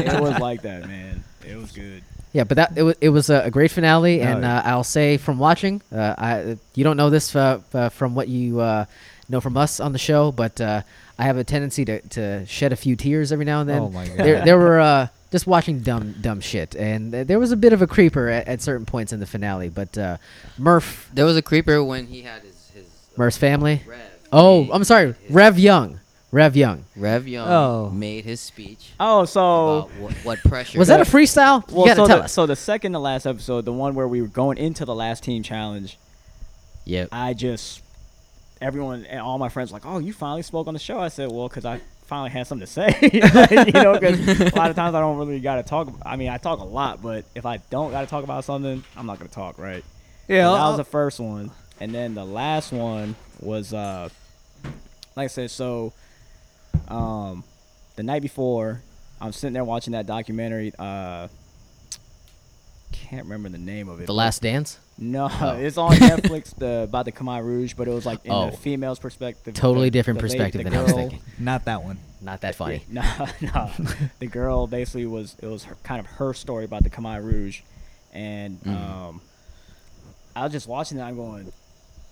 S2: it was like that, man. It was good.
S1: Yeah, but that it was, it was a, a great finale,
S2: Oh,
S1: and
S2: yeah.
S1: uh, I'll say from watching, uh, I you don't know this uh, uh, from what you uh, know from us on the show, but uh, I have a tendency to, to shed a few tears every now and then.
S3: Oh my God.
S1: There, there were uh, just watching dumb dumb shit, and th- there was a bit of a creeper at, at certain points in the finale. But uh, Murph,
S3: There was a creeper when he had his his uh,
S1: Murph's family.
S3: Rev.
S1: Oh,
S3: made
S1: I'm sorry,
S3: his-
S1: Rev Young. Rev Young.
S3: Rev Young
S4: Oh.
S3: made his speech
S2: Oh, so
S3: about what, what pressure
S1: Was that a freestyle?
S2: Well,
S1: you gotta
S2: so,
S1: tell
S2: the,
S1: us.
S2: so the second to last episode, the one where we were going into the last team challenge,
S3: Yep.
S2: I just everyone and all my friends were like, oh, you finally spoke on the show. I said, well, because I finally had something to say. Like, you know, because a lot of times I don't really got to talk. I mean, I talk a lot, but if I don't got to talk about something, I'm not gonna talk, right?
S4: yeah, uh,
S2: So that
S4: I'll-
S2: was the first one, and then the last one was, uh, like I said, so, um, the night before, I'm sitting there watching that documentary. Uh, can't remember the name of it.
S1: The Last Dance.
S2: No,
S3: Oh.
S2: it's on Netflix. The about the Khmer Rouge, but it was like in
S1: Oh.
S2: the female's perspective.
S1: Totally
S2: the-
S1: different
S2: the lady-
S1: perspective
S2: the
S1: than I was
S2: girl-
S1: thinking.
S4: not that one.
S1: Not that funny.
S2: no, no. The girl basically was it was her, kind of her story about the Khmer Rouge, and
S1: Mm.
S2: um, I was just watching that. I'm going,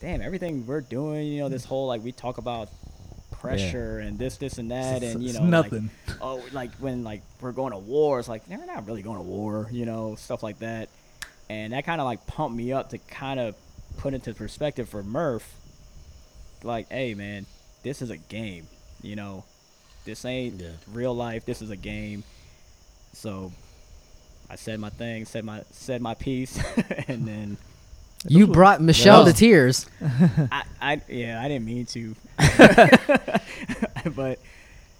S2: damn, everything we're doing, you know, this whole like we talk about pressure and this, this, and that,
S4: It's-
S2: and you
S4: it's
S2: know, like,
S4: nothing.
S2: oh, like when like we're going to war, it's like they're not really going to war, you know, stuff like that, and that kind of like pumped me up to kind of put into perspective for Murph, like, hey man, this is a game, you know, this ain't
S3: Yeah.
S2: real life. This is a game. So I said my thing, said my said my piece, and then
S1: You brought Michelle
S3: Yeah.
S1: to tears.
S2: I, I yeah I didn't mean to, but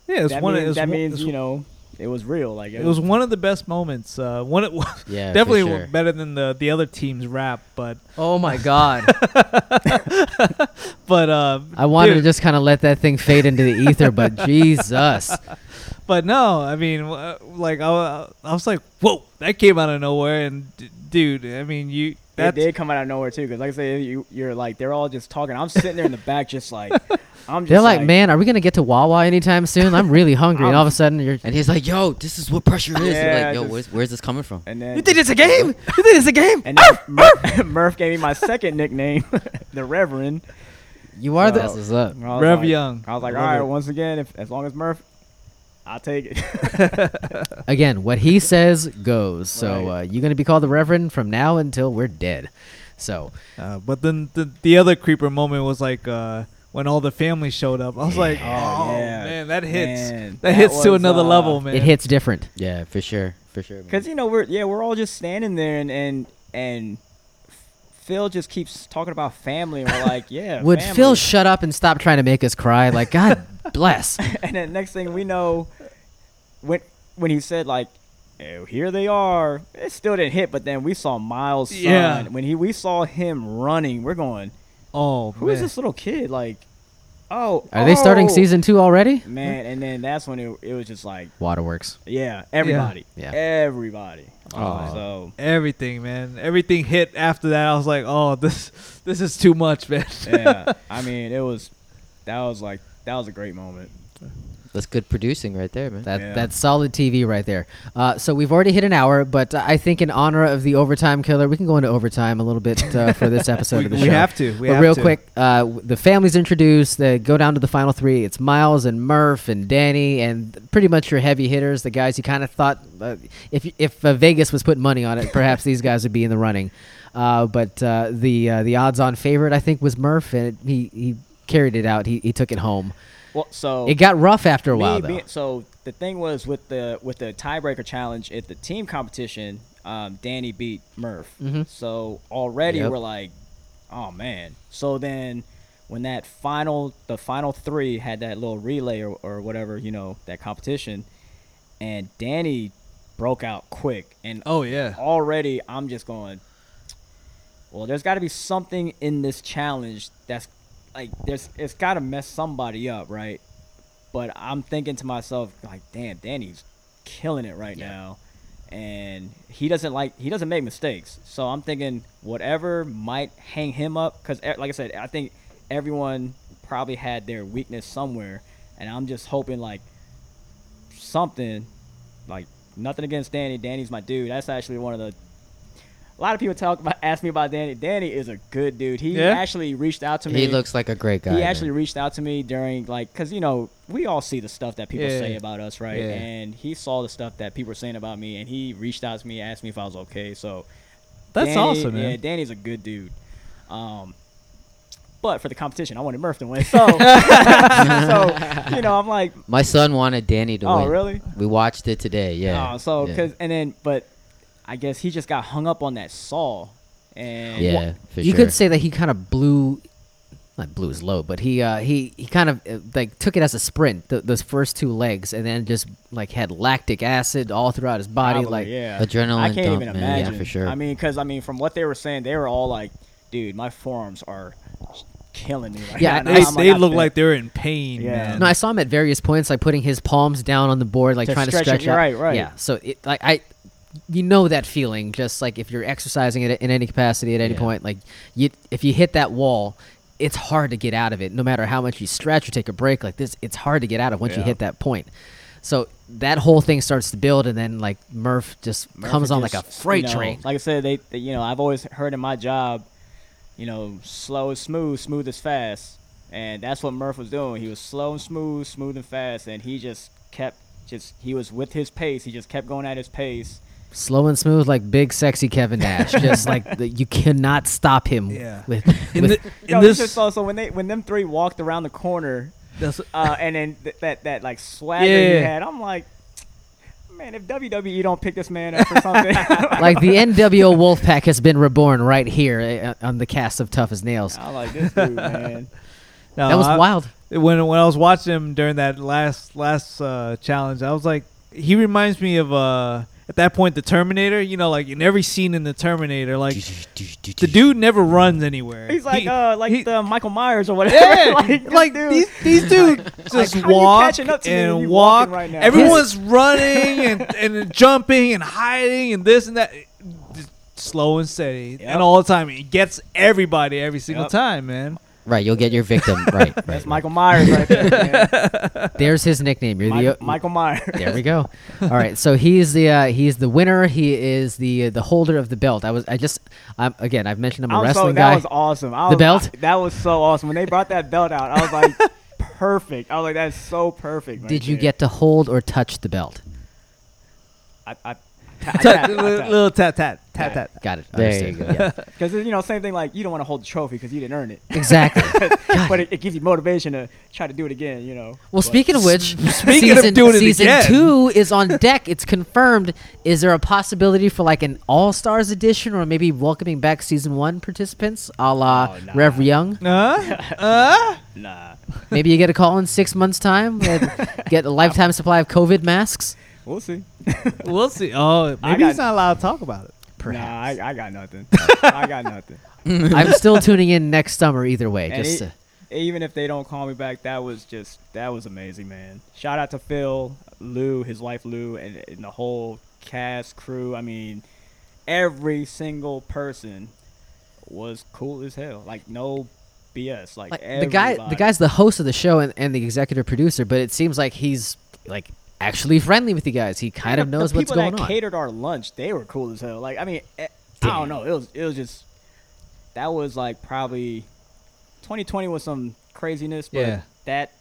S4: Yeah, it's
S2: that
S4: one. of-
S2: means,
S4: it's
S2: that
S4: one-
S2: means
S4: it's
S2: you know it was real. Like
S4: It was one of the best moments. Uh, one, it,
S3: Yeah, for
S4: definitely
S3: sure.
S4: better than the the other team's rap, but
S1: Oh my god.
S4: but uh,
S1: I wanted
S4: dude,
S1: to just kind of let that thing fade into the ether, but Jesus.
S4: But no, I mean, uh, like I, wa- I was like, whoa, that came out of nowhere, and d- dude, I mean, you
S2: It
S4: that
S2: did come out of nowhere too, because like I said, you, you're like they're all just talking. I'm sitting there in the back, just like I'm. Just
S1: They're like, man, are we going to get to Wawa anytime soon? I'm really hungry. and all of a sudden, you're.
S3: And he's like, "Yo, this is what pressure is." Yeah,
S2: Yeah,
S3: like, yo,
S2: just-
S3: where's, where's this coming from?
S2: And then
S1: You think it's a game? You think it's a game?
S2: and then Murph, Murph gave me my second nickname, the Reverend.
S1: You are
S2: That's
S1: the.
S3: what's up.
S2: I was
S4: Rev
S2: like-
S4: Young.
S2: I was like,
S4: Love
S2: all right,
S4: it.
S2: once again, if as long as Murph, I'll take it.
S1: Again, what he says goes. So
S2: Right.
S1: uh, you're going to be called the Reverend from now until we're dead. So.
S4: Uh, but then the the other creeper moment was like uh, when all the family showed up. I was like, oh,
S2: yeah.
S4: man, that hits.
S2: Man,
S4: that, hits to
S2: was,
S4: another
S2: uh,
S4: level, man.
S1: It hits different.
S3: Yeah, for sure, for sure. man.
S2: Cause you know we're yeah we're all just standing there and and and Phil just keeps talking about family and we're like yeah
S1: Would
S2: family.
S1: Phil shut up and stop trying to make us cry? Like, God bless.
S2: and then next thing we know when when he said like oh, here they are it still didn't hit but then we saw Miles son.
S4: Yeah.
S2: when he we saw him running we're going
S4: Oh,
S2: who is
S4: man.
S2: this little kid like oh
S1: Are they starting
S2: oh.
S1: season two already?
S2: man and then that's when it, it was just like
S1: Waterworks.
S2: yeah everybody
S1: Yeah.
S2: everybody
S3: Aw.
S2: so
S4: Everything, man. Everything hit after that. I was like, oh, this this is too much, man.
S2: yeah, I mean, it was that was like that was a great moment.
S3: that's good producing right there, man.
S1: That
S2: Yeah.
S1: that's solid TV right there. Uh, so we've already hit an hour, but I think in honor of the overtime killer, we can go into overtime a little bit uh, for this episode
S4: we,
S1: of the
S4: we
S1: show.
S4: have to. We
S1: but
S4: have
S1: real
S4: to.
S1: quick, uh, w- the family's introduced. They go down to the final three. It's Miles and Murph and Danny, and pretty much your heavy hitters, the guys you kind of thought uh, if if uh, Vegas was putting money on it, perhaps these guys would be in the running. Uh, but uh, the uh, the odds-on favorite, I think, was Murph, and it, he he carried it out. He he took it home.
S2: Well, so
S1: It got rough after a
S2: me
S1: while, though.
S2: being- so the thing was with the with the tiebreaker challenge at the team competition, um, Danny beat Murph.
S1: Mhm.
S2: So already
S3: Yep.
S2: we're like, oh man. So then when that final the final three had that little relay or, or whatever you know that competition, and Danny broke out quick and
S4: Oh yeah.
S2: already I'm just going, well, there's got to be something in this challenge that's like there's it's got to mess somebody up, right? But I'm thinking to myself like, damn, Danny's killing it right now. And he doesn't like he doesn't make mistakes, so I'm thinking whatever might hang him up. Cause e- like I said, I think everyone probably had their weakness somewhere, and I'm just hoping like something like nothing against Danny. Danny's my dude. That's actually one of the. A lot of people talk about ask me about Danny. Danny is a good dude. He
S4: Yeah?
S2: actually reached out to me.
S3: he looks like a great guy.
S2: He
S3: man.
S2: actually reached out to me during like because you know we all see the stuff that people
S4: Yeah.
S2: say about us, right?
S4: Yeah.
S2: And he saw the stuff that people were saying about me, and he reached out to me, asked me if I was okay. So
S4: That's
S2: Danny- oh
S4: awesome, man.
S2: Yeah, Danny's a good dude. Um, but for the competition, I wanted Murph to win. So, so you know, I'm like,
S3: My son wanted Danny to
S2: oh
S3: win.
S2: really?
S3: We watched it today. Yeah.
S2: Oh, so
S3: yeah.
S2: because and then but I guess he just got hung up on that saw and
S3: yeah,
S1: Well,
S3: for
S1: you
S3: sure.
S1: could say that he kind of blew not blew his load but he uh he he kind of uh, like took it as a sprint th- those first two legs and then just like had lactic acid all throughout his body
S2: probably,
S1: like
S2: yeah.
S3: Adrenaline
S2: I can't
S3: dump,
S2: even
S3: man. Yeah,
S2: imagine.
S3: for sure.
S2: I mean, because I mean, from what they were saying, they were all like, "Dude, my forearms are killing me." Right
S1: Yeah,
S2: now." And
S4: They,
S2: I'm
S4: they
S2: I
S4: look
S2: think-
S4: like they're in pain,
S2: Yeah.
S4: man.
S1: No, I saw him at various points, like putting his palms down on the board, like
S2: To
S1: trying
S2: stretch
S1: to stretch
S2: it, you're
S1: out.
S2: right, right.
S1: Yeah. So, it, like, I, you know that feeling, just like if you're exercising it in any capacity at any
S3: Yeah.
S1: point, like you, if you hit that wall, it's hard to get out of it. No matter how much you stretch or take a break, like this, it's hard to get out of once you
S2: Yeah.
S1: hit that point. So that whole thing starts to build, and then like Murph just
S2: Murphy
S1: comes on
S2: just,
S1: like a
S2: you
S1: freight
S2: know,
S1: train.
S2: Like I said, they, they- you know I've always heard in my job, you know, slow is smooth, smooth is fast, and that's what Murph was doing. He was slow and smooth, smooth and fast, and he just kept just he was with his pace. He just kept going at his pace.
S1: Slow and smooth, like big, sexy Kevin Nash. just like the, you cannot stop him
S4: Yeah.
S1: with,
S4: In,
S1: with
S4: the- in
S2: Yo, you
S4: this,
S2: just saw- so when they when them three walked around the corner,
S4: that's-
S2: uh, and then th- that that like swagger
S4: Yeah.
S2: he had, I'm like, man, if WWE don't pick this man up for something, I'm
S1: like the NWO Wolfpack has been reborn right here uh, on the cast of Tough as Nails.
S2: like this dude, man.
S4: no,
S1: that was
S2: Uh,
S4: I-
S1: wild.
S4: When when I was watching him during that last last uh, challenge, I was like, he reminds me of uh, at that point the Terminator. You know, like in every scene in the Terminator, like the dude never runs anywhere.
S2: He's like
S4: He-
S2: uh like
S4: he-
S2: the Michael Myers or whatever.
S4: Yeah,
S2: like,
S4: like,
S2: dude,
S4: these these dudes just
S2: how you
S4: walk
S2: catching up to me when you
S4: and walk.
S2: walking right now?
S4: Everyone's running and, and jumping and hiding and this and that. Just Slow and steady,
S2: Yep.
S4: and all the time it gets everybody every single
S2: Yep.
S4: time, man.
S3: right, you'll get your victim. right, right.
S2: that's Michael Myers right there. man.
S1: There's his nickname. You're
S2: Mi-
S1: the
S2: Michael Myers.
S1: There we go. All right, so he's the uh, he's the winner. He is the uh, the holder of the belt. I was I just I'm, again I've mentioned I'm a
S2: I'm
S1: wrestling
S2: so,
S1: guy.
S2: that was awesome. I
S1: The
S2: was,
S1: belt?
S2: I- that was so awesome. When they brought that belt out, I was like, perfect. I was like, that's so perfect. right
S1: Did you
S2: there.
S1: get to hold or touch the belt?
S2: I, I, I,
S4: Tap,
S2: I-
S4: little, little tat tat Tat tat.
S1: Got it.
S3: There
S1: Understood.
S3: you go.
S1: Yeah.
S2: Because you know, same thing. Like you don't want to hold the trophy because you didn't earn it,
S1: Exactly.
S2: but it, it gives you motivation to try to do it again. You know.
S1: Well,
S2: But-
S1: speaking of which,
S4: Speaking of
S1: season,
S4: doing it
S1: season
S4: again.
S1: two is on deck. It's confirmed. Is there a possibility for like an All Stars edition, or maybe welcoming back season one participants, a la
S2: Oh, nah.
S1: Rev Young?
S4: Huh? Uh?
S2: nah,
S1: Maybe you get a call in six months' time, and get a lifetime supply of COVID masks.
S2: we'll see.
S4: We'll see. Oh,
S2: I
S4: maybe he's
S2: got-
S4: not allowed to talk about it.
S1: Perhaps.
S2: Nah, I, I got nothing. I got nothing.
S1: I'm still tuning in next summer either way.
S2: And
S1: Just
S2: e-
S1: to-
S2: even if they don't call me back, that was just that was amazing, man. Shout out to Phil, Lou, his wife Lou, and, and the whole cast crew. I mean, every single person was cool as hell. Like no BS. Like,
S1: like the guy, the
S2: everybody.
S1: guy's the host of the show and, and the executive producer, but it seems like he's like actually friendly with you guys. He kind
S2: Yeah,
S1: of
S2: the
S1: knows what's
S2: people
S1: going
S2: that
S1: on.
S2: Catered our lunch. They were cool as hell. Like I mean, eh, I don't know. It was it was just that was like probably 2020 was some craziness, but
S4: Yeah.
S2: that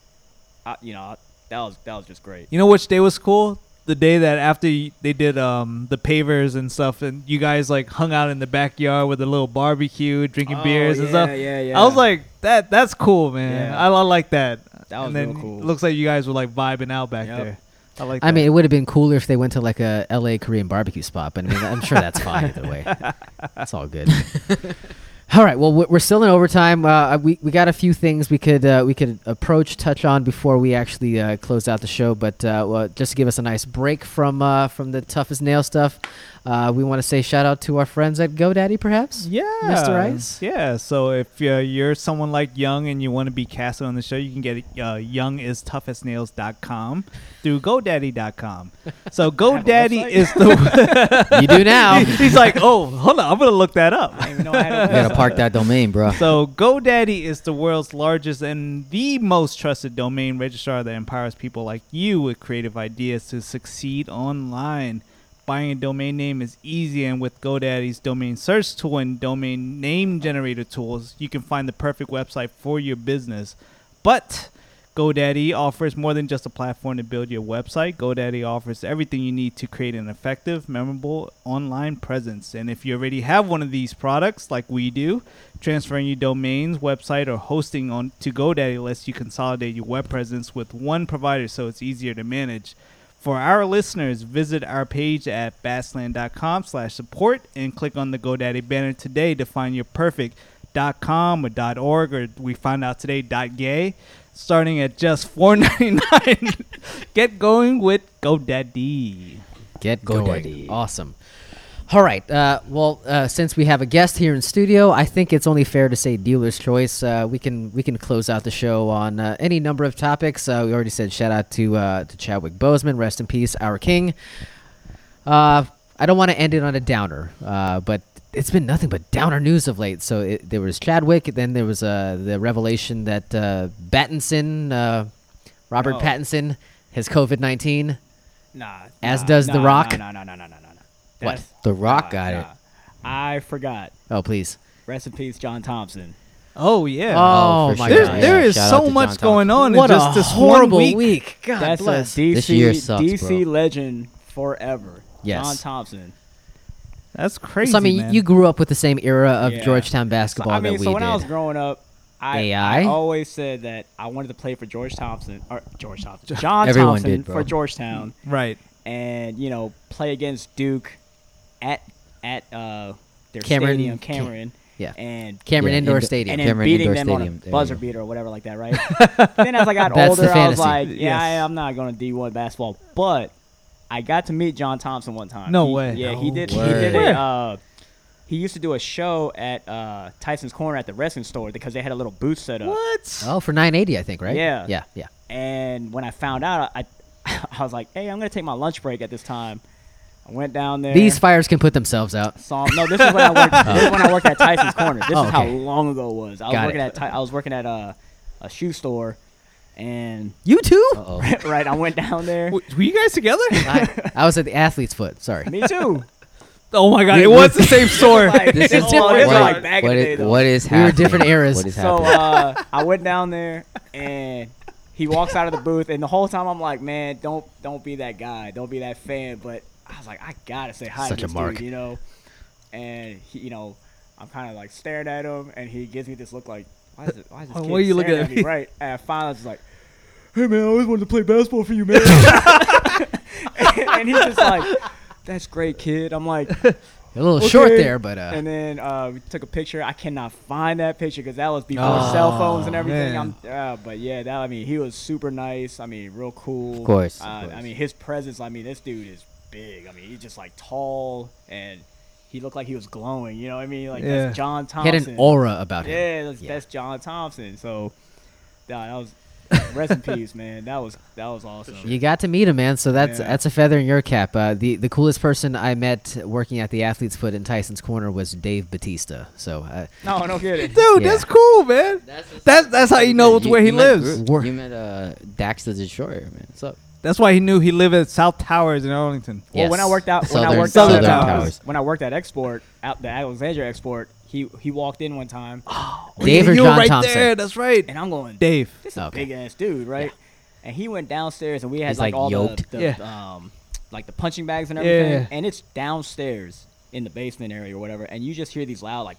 S2: I, you know that was that was just great.
S4: You know which day was cool? The day that after y- they did um the pavers and stuff, and you guys like hung out in the backyard with a little barbecue, drinking
S2: Oh,
S4: beers and
S2: yeah,
S4: stuff.
S2: yeah, yeah.
S4: I was like, that that's cool, man.
S2: Yeah.
S4: I, I like that.
S2: That was
S4: and then
S2: real cool.
S4: Looks like you guys were like vibing out back
S2: Yep.
S4: there. I like. That.
S1: I mean, it would have been cooler if they went to like a LA Korean barbecue spot, but I mean, I'm sure that's fine either way. That's all good. all right. Well, we're we're still in overtime. Uh, we we got a few things we could uh, we could approach, touch on before we actually uh, close out the show. But uh, well, just to give us a nice break from uh, from the toughest nail stuff, uh, we want to say shout out to our friends at GoDaddy, perhaps.
S4: Yeah,
S1: Mr. Ice?
S4: Yeah, so if uh, you're someone like Young and you want to be casted on the show, you can get uh, youngistoughasnails.com through GoDaddy.com. So GoDaddy
S2: website?
S4: is the.
S1: you do now.
S4: he's like, oh, hold on, I'm gonna look that up.
S2: I didn't even know I had a
S3: You gotta park that domain, bro.
S4: So GoDaddy is the world's largest and the most trusted domain registrar that empowers people like you with creative ideas to succeed online. Buying a domain name is easy, and with GoDaddy's domain search tool and domain name generator tools, you can find the perfect website for your business. But GoDaddy offers more than just a platform to build your website. GoDaddy offers everything you need to create an effective, memorable online presence. And if you already have one of these products, like we do, transferring your domains, website, or hosting on to GoDaddy lets you consolidate your web presence with one provider so it's easier to manage. For our listeners, visit our page at bassland.com slash support and click on the GoDaddy banner today to find your perfect .com or .org or we found out today .gay starting at just $4.99. Get going with GoDaddy.
S1: Get
S3: Go
S1: going.
S3: Daddy.
S1: Awesome. All right. Uh, well, uh, since we have a guest here in studio, I think it's only fair to say dealer's choice. Uh, we can we can close out the show on uh, any number of topics. Uh, we already said shout out to uh, to Chadwick Boseman, rest in peace, our king. Uh, I don't want to end it on a downer, uh, but it's been nothing but downer news of late. So it, there was Chadwick, then there was uh, the revelation that uh, Battinson, uh, Robert
S2: Oh.
S1: Pattinson, has COVID nineteen.
S2: Nah.
S1: As
S2: nah,
S1: does The
S2: nah,
S1: Rock.
S2: Nah, nah, nah, nah, nah, nah. nah.
S1: What?
S2: That's-
S3: The Rock
S2: nah,
S3: got it.
S2: nah. I forgot.
S1: Oh please.
S2: Rest in peace, John Thompson.
S4: Oh, yeah.
S1: Oh,
S3: Oh, for
S1: my
S3: sure.
S4: there,
S1: God.
S3: Yeah,
S4: there is
S3: shout out
S4: so
S3: to
S4: much
S3: John
S4: going on
S1: What
S4: in just
S1: a
S4: this
S1: horrible
S4: one week.
S1: God
S2: That's
S1: bless.
S2: a DC
S3: This year sucks,
S2: DC
S3: bro.
S2: legend forever.
S1: Yes.
S2: John Thompson.
S4: That's crazy.
S1: so I mean,
S4: man.
S1: you grew up with the same era of
S2: Yeah.
S1: Georgetown
S2: So,
S1: basketball
S2: I mean,
S1: that we
S2: so when
S1: did.
S2: I was growing up, I,
S1: AI?
S2: I always said that I wanted to play for George Thompson or George Thompson, John
S3: Everyone
S2: Thompson
S3: did, bro.
S2: for Georgetown,
S4: right.
S2: and you know play against Duke at at uh, their
S1: Cameron-
S2: stadium, Cameron.
S1: yeah.
S2: And
S1: Cameron
S3: Yeah,
S1: Indoor
S3: and-
S1: Stadium.
S2: and then
S3: Cameron
S2: beating
S3: Indoor
S2: them
S3: Stadium.
S2: on
S3: There
S2: a
S3: you
S2: buzzer
S3: go.
S2: beater or whatever like that, right? then as I got
S1: That's the
S2: older, I was
S1: fantasy.
S2: like, yeah,
S4: Yes.
S2: I, I'm not going to D1 basketball. But I got to meet John Thompson one time.
S4: No
S2: He-
S4: way.
S2: Yeah, he
S1: No
S2: did.
S1: way.
S2: He did.
S4: Where?
S2: A, uh, he used to do a show at uh, Tyson's Corner at the wrestling store because they had a little booth set up.
S4: What?
S1: oh, for 980, I think, right?
S2: Yeah.
S1: Yeah. Yeah.
S2: And when I found out, I I was like, hey, I'm going to take my lunch break at this time. I went down there.
S1: These fires can put themselves out.
S2: Saw him. No, this is when I worked. This is when I worked at Tyson's Corner. This
S1: Oh,
S2: is how
S1: okay.
S2: long ago it was. I was
S1: Got
S2: working
S1: it.
S2: at Ty- I was working at a, a shoe store, and
S1: You too?
S3: Uh-oh.
S2: right, I went down there.
S4: W- Were you guys together?
S1: I, I was at the athlete's foot. Sorry.
S2: Me too.
S4: oh my god,
S3: We-
S4: it was the same store.
S2: Like,
S3: This is
S2: oh,
S3: what,
S2: this is like back in
S3: what
S2: the
S3: is-
S2: day, though.
S3: what is
S1: We were
S3: happening.
S1: different eras.
S3: What is
S2: So
S3: happening?
S2: uh, I went down there, and he walks out of the booth, and the whole time I'm like, man, don't don't be that guy, don't be that fan. But I was like, I gotta say hi
S1: Such a
S2: to this
S1: mark.
S2: dude, you know. and he, you know, I'm kind of like staring at him, and he gives me this look like, why is it? Why is this
S4: Why
S2: kid
S4: are you looking
S2: staring
S4: at
S2: at
S4: me?
S2: me? Right, and finally, I was just like, hey man, I always wanted to play basketball for you, man. and, and he's just like, that's great, kid. I'm like,
S1: A little short
S2: Okay.
S1: there, but uh,
S2: and then uh, we took a picture. I cannot find that picture because that was before cell phones and everything.
S4: man.
S2: I'm, uh, but yeah, that I mean, he was super nice. I mean, real cool.
S3: Of course, of
S2: Uh, I
S3: course.
S2: mean, his presence. I mean, this dude is big. I mean, he's just like tall and he looked like he was glowing. You know what I mean? Like
S4: Yeah.
S2: that's John
S1: he
S2: Thompson.
S1: had an aura about him.
S2: Yeah, that's,
S1: Yeah.
S2: that's John Thompson. So, nah, that was rest in peace, man. That was that was awesome.
S1: You got to meet him, man. So that's
S2: Yeah.
S1: that's a feather in your cap. Uh, the the coolest person I met working at the Athlete's Foot in Tyson's Corner was Dave Batista. So uh,
S2: No, no kidding.
S4: Dude,
S1: Yeah.
S4: that's cool, man. That's that's how you know it's where he
S3: met
S4: lives.
S3: Gru- You met uh, Dax the Destroyer, man. What's up?
S4: That's why he knew he lived at South Towers in Arlington.
S2: Well, when I
S3: Yes.
S2: worked out, when
S3: Southern,
S2: I worked
S4: Southern
S2: out, at, uh,
S4: Towers.
S2: when I worked at Export, out the Alexandria Export, he he walked in one time,
S1: Dave or
S4: You were
S1: John
S4: right
S1: Thompson?
S4: there. That's right.
S2: and I'm going,
S4: Dave.
S2: this is a
S1: Okay.
S2: big ass dude, right? And he went downstairs, and we had
S3: He's,
S2: like,
S3: like,
S2: all the,
S3: yoked.
S2: the
S4: Yeah.
S2: um, like the punching bags and
S4: Yeah.
S2: everything, and it's downstairs in the basement area or whatever, and you just hear these loud like,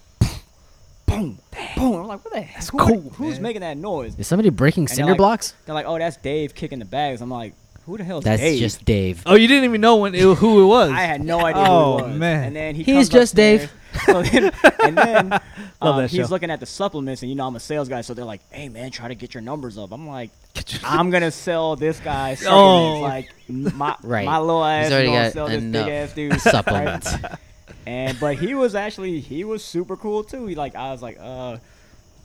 S2: boom, boom. I'm like, what the heck? Who-
S4: cool,
S2: Who's
S4: man.
S2: making that noise?
S1: Is somebody breaking
S2: they're
S1: cinder
S2: like-
S1: blocks?
S2: They're like, oh, that's Dave kicking the bags. I'm like, who the hell is
S3: That's
S2: Dave?
S3: just Dave.
S4: Oh, you didn't even know when it, who it was.
S2: I had no idea.
S4: Oh,
S2: who it was.
S4: man.
S2: And then he
S1: He's
S2: comes
S1: just Dave.
S2: upstairs. So then, and then um,
S4: that
S2: he's
S4: show.
S2: looking at the supplements, and you know I'm a sales guy, so they're like, "Hey man, try to get your numbers up." I'm like, "I'm gonna sell this guy supplements,
S4: Oh.
S2: like my
S3: Right.
S2: my little
S3: He's
S2: ass
S3: already
S2: gonna
S3: got
S2: sell this big
S3: enough
S2: ass dude right?
S3: Supplements.
S2: And but he was actually he was super cool too. He like I was like, uh,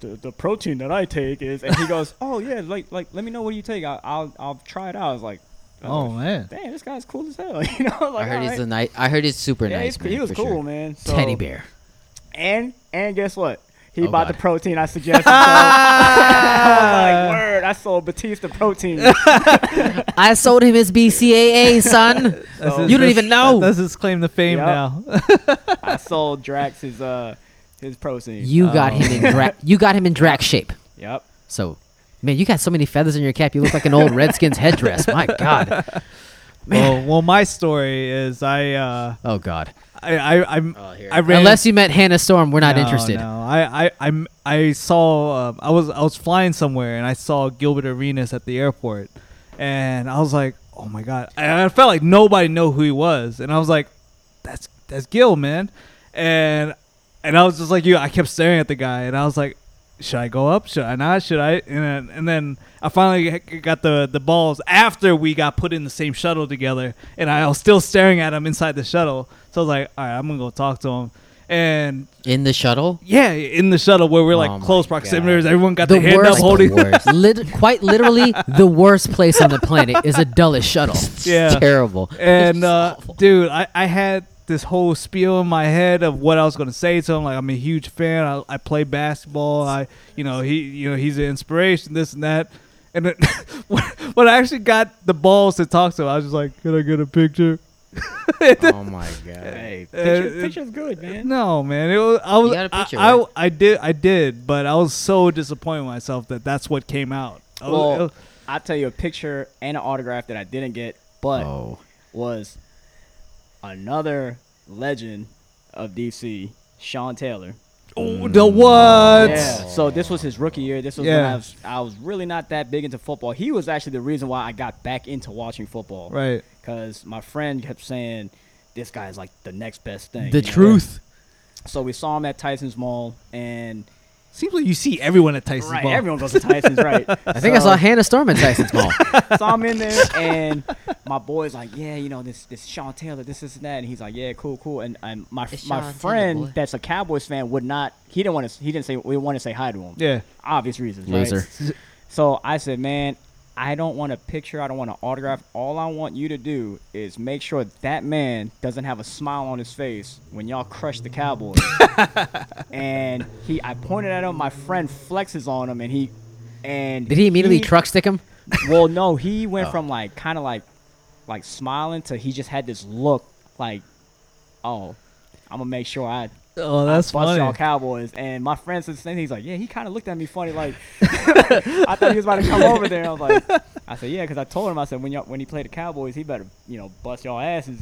S2: the, the protein that I take is, and he goes, "Oh yeah, like like let me know what you take. I, I'll I'll try it out." I was like,
S4: Oh man.
S2: damn, this guy's cool as hell." You know, I, was like,
S3: I heard
S2: "All
S3: he's
S2: right."
S3: a nice. I heard he's super
S2: Yeah,
S3: nice.
S2: he's-
S3: man,
S2: he was
S3: for
S2: cool,
S3: sure.
S2: man. So,
S1: Teddy bear.
S2: And and guess what? He
S3: Oh,
S2: bought
S3: God.
S2: the protein I suggested. so I was like, word, I sold Batista protein.
S1: I sold him his BCAA, son.
S4: That's
S1: You don't even know.
S4: That's his claim to fame
S2: Yep.
S4: now.
S2: I sold Drax his uh his protein. Uh,
S1: You got
S4: Oh.
S1: him in dra- you got him in drac shape.
S2: yep.
S1: So, man, you got so many feathers in your cap. You look like an old Redskins headdress. My God.
S4: well, well, my story is I uh,
S1: Oh God.
S4: I I I'm,
S3: Oh, here
S4: I
S3: it
S4: ran
S1: Unless you met Hannah Storm, we're not
S4: No,
S1: interested.
S4: No, I I I'm, I saw um, I was I was flying somewhere and I saw Gilbert Arenas at the airport, and I was like, oh my god, and I felt like nobody knew who he was, and I was like, that's that's Gil, man, and and I was just like you, I kept staring at the guy, and I was like. Should I go up? Should I not? Should I? And then, and then I finally g- got the the balls after we got put in the same shuttle together, and I was still staring at him inside the shuttle. So I was like, "All right, I'm gonna go talk to him." And
S3: In the shuttle.
S4: yeah, in the shuttle where we're like
S3: Oh my
S4: close proximities, everyone got their hand up
S1: worst-
S4: holding.
S3: the worst.
S1: Lit- quite literally, the worst place on the planet is a dullest shuttle.
S3: It's
S4: Yeah.
S3: Terrible.
S4: and uh, dude, I, I had this whole spiel in my head of what I was gonna say to him. Like I'm a huge fan. I, I play basketball. I you know he you know he's an inspiration. This and that. And then when, when I actually got the balls to talk to him, I was just like, "Can I get a picture?"
S3: oh my god.
S2: Hey,
S4: Uh,
S2: picture,
S4: uh,
S2: picture's good, man.
S4: No, man. It was I was
S3: got a picture,
S4: I, I-
S3: right?
S4: I did I did, but I was so disappointed in myself that that's what came out. I was-
S2: Well,
S4: it was-
S2: I'll tell you a picture and an autograph that I didn't get, but
S1: Oh.
S2: was another legend of DC, Sean Taylor.
S4: oh, the what?
S2: Yeah. So this was his rookie year. This was when
S4: Yeah.
S2: I was I was really not that big into football. He was actually the reason why I got back into watching football.
S4: Right.
S2: Because my friend kept saying, "This guy is like the next best thing."
S1: The
S2: you know?
S1: truth.
S2: So we saw him at Tyson's Mall, and
S4: Seems like you see everyone at Tyson's
S2: right,
S4: Ball.
S2: everyone goes to Tyson's, right?
S1: I think I saw Hannah Storm at Tyson's Mall.
S2: So I'm in there, and my boy's like, "Yeah, you know this this Sean Taylor, this this and that," and he's like, "Yeah, cool, cool." And, and my
S3: It's
S2: my
S3: Sean Taylor,
S2: friend
S3: boy.
S2: that's a Cowboys fan would not. He didn't want to. He didn't say we want to say hi to him.
S4: Yeah.
S2: obvious reasons.
S1: Loser.
S2: Right? So I said, man, I don't want a picture. I don't want an autograph. All I want you to do is make sure that man doesn't have a smile on his face when y'all crush the Cowboys. and he, I pointed at him. My friend flexes on him, and he, and
S1: Did he immediately truck stick him?
S2: Well, no, he went
S1: Oh.
S2: from like kind of like, like smiling to he just had this look like, oh, I'm gonna make sure I
S4: Oh, that's
S2: bust
S4: funny.
S2: y'all Cowboys. And my friend said the same thing. He's like, yeah, he kind of looked at me funny. Like, I thought he was about to come over there. I was like, I said, yeah, because I told him, I said, when y'all, when he played the Cowboys, he better, you know, bust y'all asses.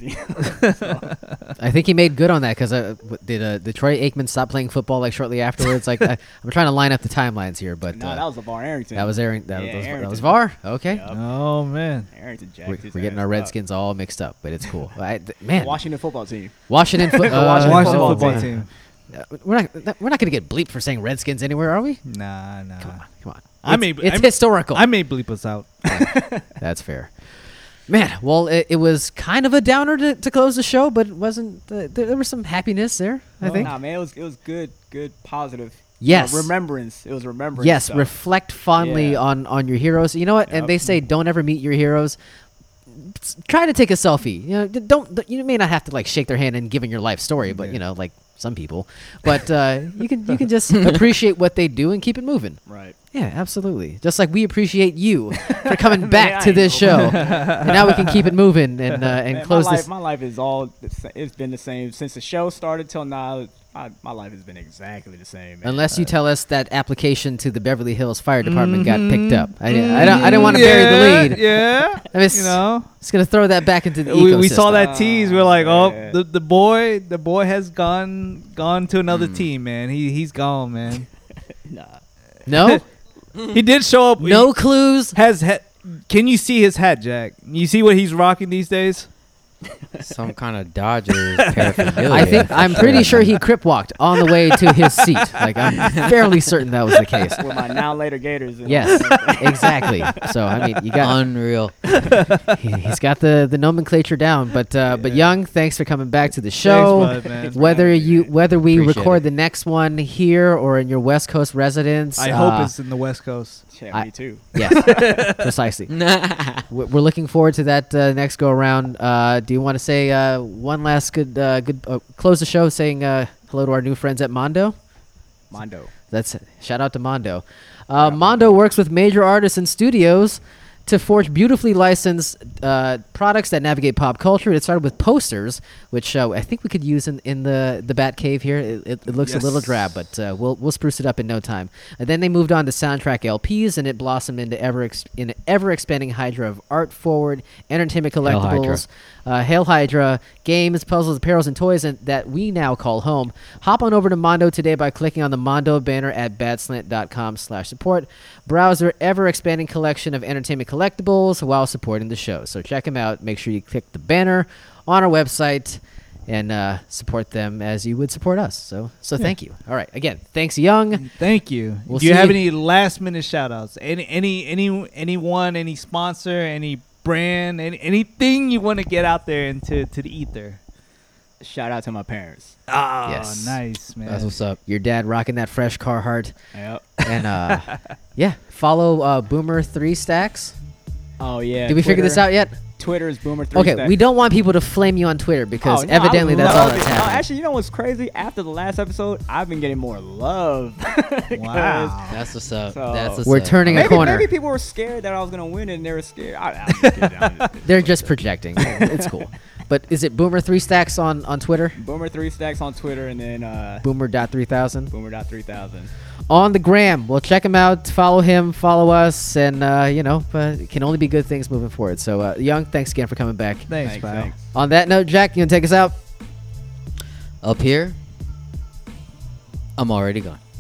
S1: I think he made good on that because uh, w- did uh, did Troy Aikman stop playing football like shortly afterwards? like I, I'm trying to line up the timelines here, but
S2: no,
S1: uh,
S2: that was LeVar Arrington.
S1: that was Aaron. That,
S2: Yeah,
S1: was, that was
S2: Arrington.
S1: Var. Okay,
S2: Yup.
S4: Oh man.
S2: Arrington jacked
S1: we're,
S2: his
S1: we're getting
S2: ass
S1: our
S2: up.
S1: Redskins all mixed up, but it's cool. I, th- man,
S2: Washington football team.
S1: Washington, fo-
S2: The
S1: uh,
S2: Washington
S4: Washington
S2: football
S4: football,
S2: team.
S4: team.
S1: Uh, We're not that- we're not gonna get bleeped for saying Redskins anywhere, are we?
S4: Nah, nah.
S1: Come on, come on.
S4: I
S1: It's-
S4: may-
S1: it's
S4: I may-
S1: historical.
S4: I may bleep us out.
S1: That's fair. Man, well, it, it was kind of a downer to, to close the show, but it wasn't. Uh, there, there was some happiness there, I
S4: Well,
S1: think.
S2: Nah, man, it was it was good, good, positive. you know,
S1: Yes.
S2: remembrance. It was remembrance.
S1: Yes,
S2: stuff.
S1: reflect fondly
S2: Yeah.
S1: on on your heroes. You know what? And
S2: Yep.
S1: they say don't ever meet your heroes. S- Try to take a selfie. You know, d- don't th- you may not have to like shake their hand and give 'em your life story, but
S4: Yeah.
S1: you know, like some people. But uh, you can you can just appreciate what they do and keep it moving.
S2: right.
S1: Yeah, absolutely. Just like we appreciate you for coming back
S2: I
S1: to this
S2: know.
S1: show, and now we can keep it moving and uh, and
S2: Man,
S1: close
S2: my
S1: this.
S2: life, my life is all. the sa- It's been the same since the show started till now. My, my life has been exactly the same. Man.
S1: Unless you tell us that application to the Beverly Hills Fire Department got picked up, I, I don't. I didn't want to bury the lead.
S4: Mm-hmm. Yeah.
S1: I mean,
S4: you know.
S1: Just gonna throw that back into the
S4: We,
S1: ecosystem.
S4: we saw that tease. We are like,
S2: Ah,
S4: oh,
S2: man.
S4: the, the boy, the boy has gone gone to another
S1: Hmm.
S4: team, man. He he's gone, man.
S2: nah.
S1: No,
S4: he did show up. He
S1: no clues.
S4: has he- Can you see his hat, Jack? You see what he's rocking these days?
S3: Some kind of Dodgers paraphernalia.
S1: I think
S3: for
S1: I'm pretty sure
S3: man.
S1: he crip walked on the way to his seat. Like I'm fairly certain that was the case.
S2: with my now later Gators. and all
S1: Yes,
S2: that stuff.
S1: exactly. So I mean, you got
S3: Unreal.
S1: he, he's got the the nomenclature down. But uh, but Young, thanks for coming back to the show.
S4: Thanks, bud, man.
S1: whether you whether we
S3: Appreciate
S1: record
S3: it.
S1: the next one here or in your West Coast residence,
S4: I hope
S1: uh,
S4: it's in the West Coast.
S2: Shit,
S1: I-
S2: me too.
S1: yes, precisely. We- We're looking forward to that uh, next go around. Uh, do you want to say uh, one last good uh, good uh, close the show saying uh, hello to our new friends at Mondo?
S2: Mondo.
S1: That's shout out to Mondo. Uh, Mondo works with major artists and studios to forge beautifully licensed uh, products that navigate pop culture. It started with posters, which uh, I think we could use in, in the the Bat Cave here. It, it, it looks a little
S4: Yes.
S1: drab, but uh, we'll we'll spruce it up in no time. And then they moved on to soundtrack LPs, and it blossomed into ever ex- in ever expanding hydra of art forward entertainment
S3: Hail Hydra.
S1: collectibles uh, Hail Hydra, games, puzzles, apparels, and toys and, that we now call home. Hop on over to Mondo today by clicking on the Mondo banner at badslant.com slash support. Browse their ever-expanding collection of entertainment collectibles while supporting the show. So check them out. Make sure you click the banner on our website and uh, support them as you would support us. So, so thank you. All right. Again, thanks, Young.
S4: Thank you.
S1: We'll
S4: Do you
S1: see
S4: have
S1: you-
S4: any last minute shout outs? Any any any anyone, any sponsor, any brand, any, anything you want to get out there into to the ether?
S2: Shout out to my parents.
S4: Ah,
S1: Yes.
S4: nice man.
S3: That's what's up.
S1: Your dad rocking that fresh Carhartt.
S2: Yep.
S1: And uh, yeah, follow uh, Boomer 3 Stacks.
S2: Oh yeah.
S1: Did we figure this
S2: Twitter-
S1: out yet?
S2: Twitter is boomer. Three
S1: Okay,
S2: Stacks.
S1: we don't want people to flame you on Twitter because
S2: Oh, no, I
S1: evidently that's all
S2: love
S1: that's
S2: it. No,
S1: happening.
S2: actually, you know what's crazy? After the last episode, I've been getting more love. 'Cause
S4: Wow.
S3: That's what's up.
S2: So-
S3: That's what's
S1: We're
S3: up.
S1: turning a
S2: Maybe,
S1: corner.
S2: maybe people were scared that I was gonna win, and they were scared. I, I'm just kidding, I'm just kidding.
S1: They're just projecting. it's cool. But is it Boomer Three Stacks on on Twitter?
S2: Boomer three stacks on Twitter, and then uh,
S1: Boomer dot three thousand
S2: Boomer dot three thousand.
S1: on the gram. Well, check him out. Follow him. Follow us, and uh, you know, but it can only be good things moving forward. So, uh, Young, thanks again for coming back.
S4: Thanks,
S2: Thanks,
S4: pal.
S2: thanks.
S1: On that note, Jack, you gonna take us out?
S3: up here. I'm already gone.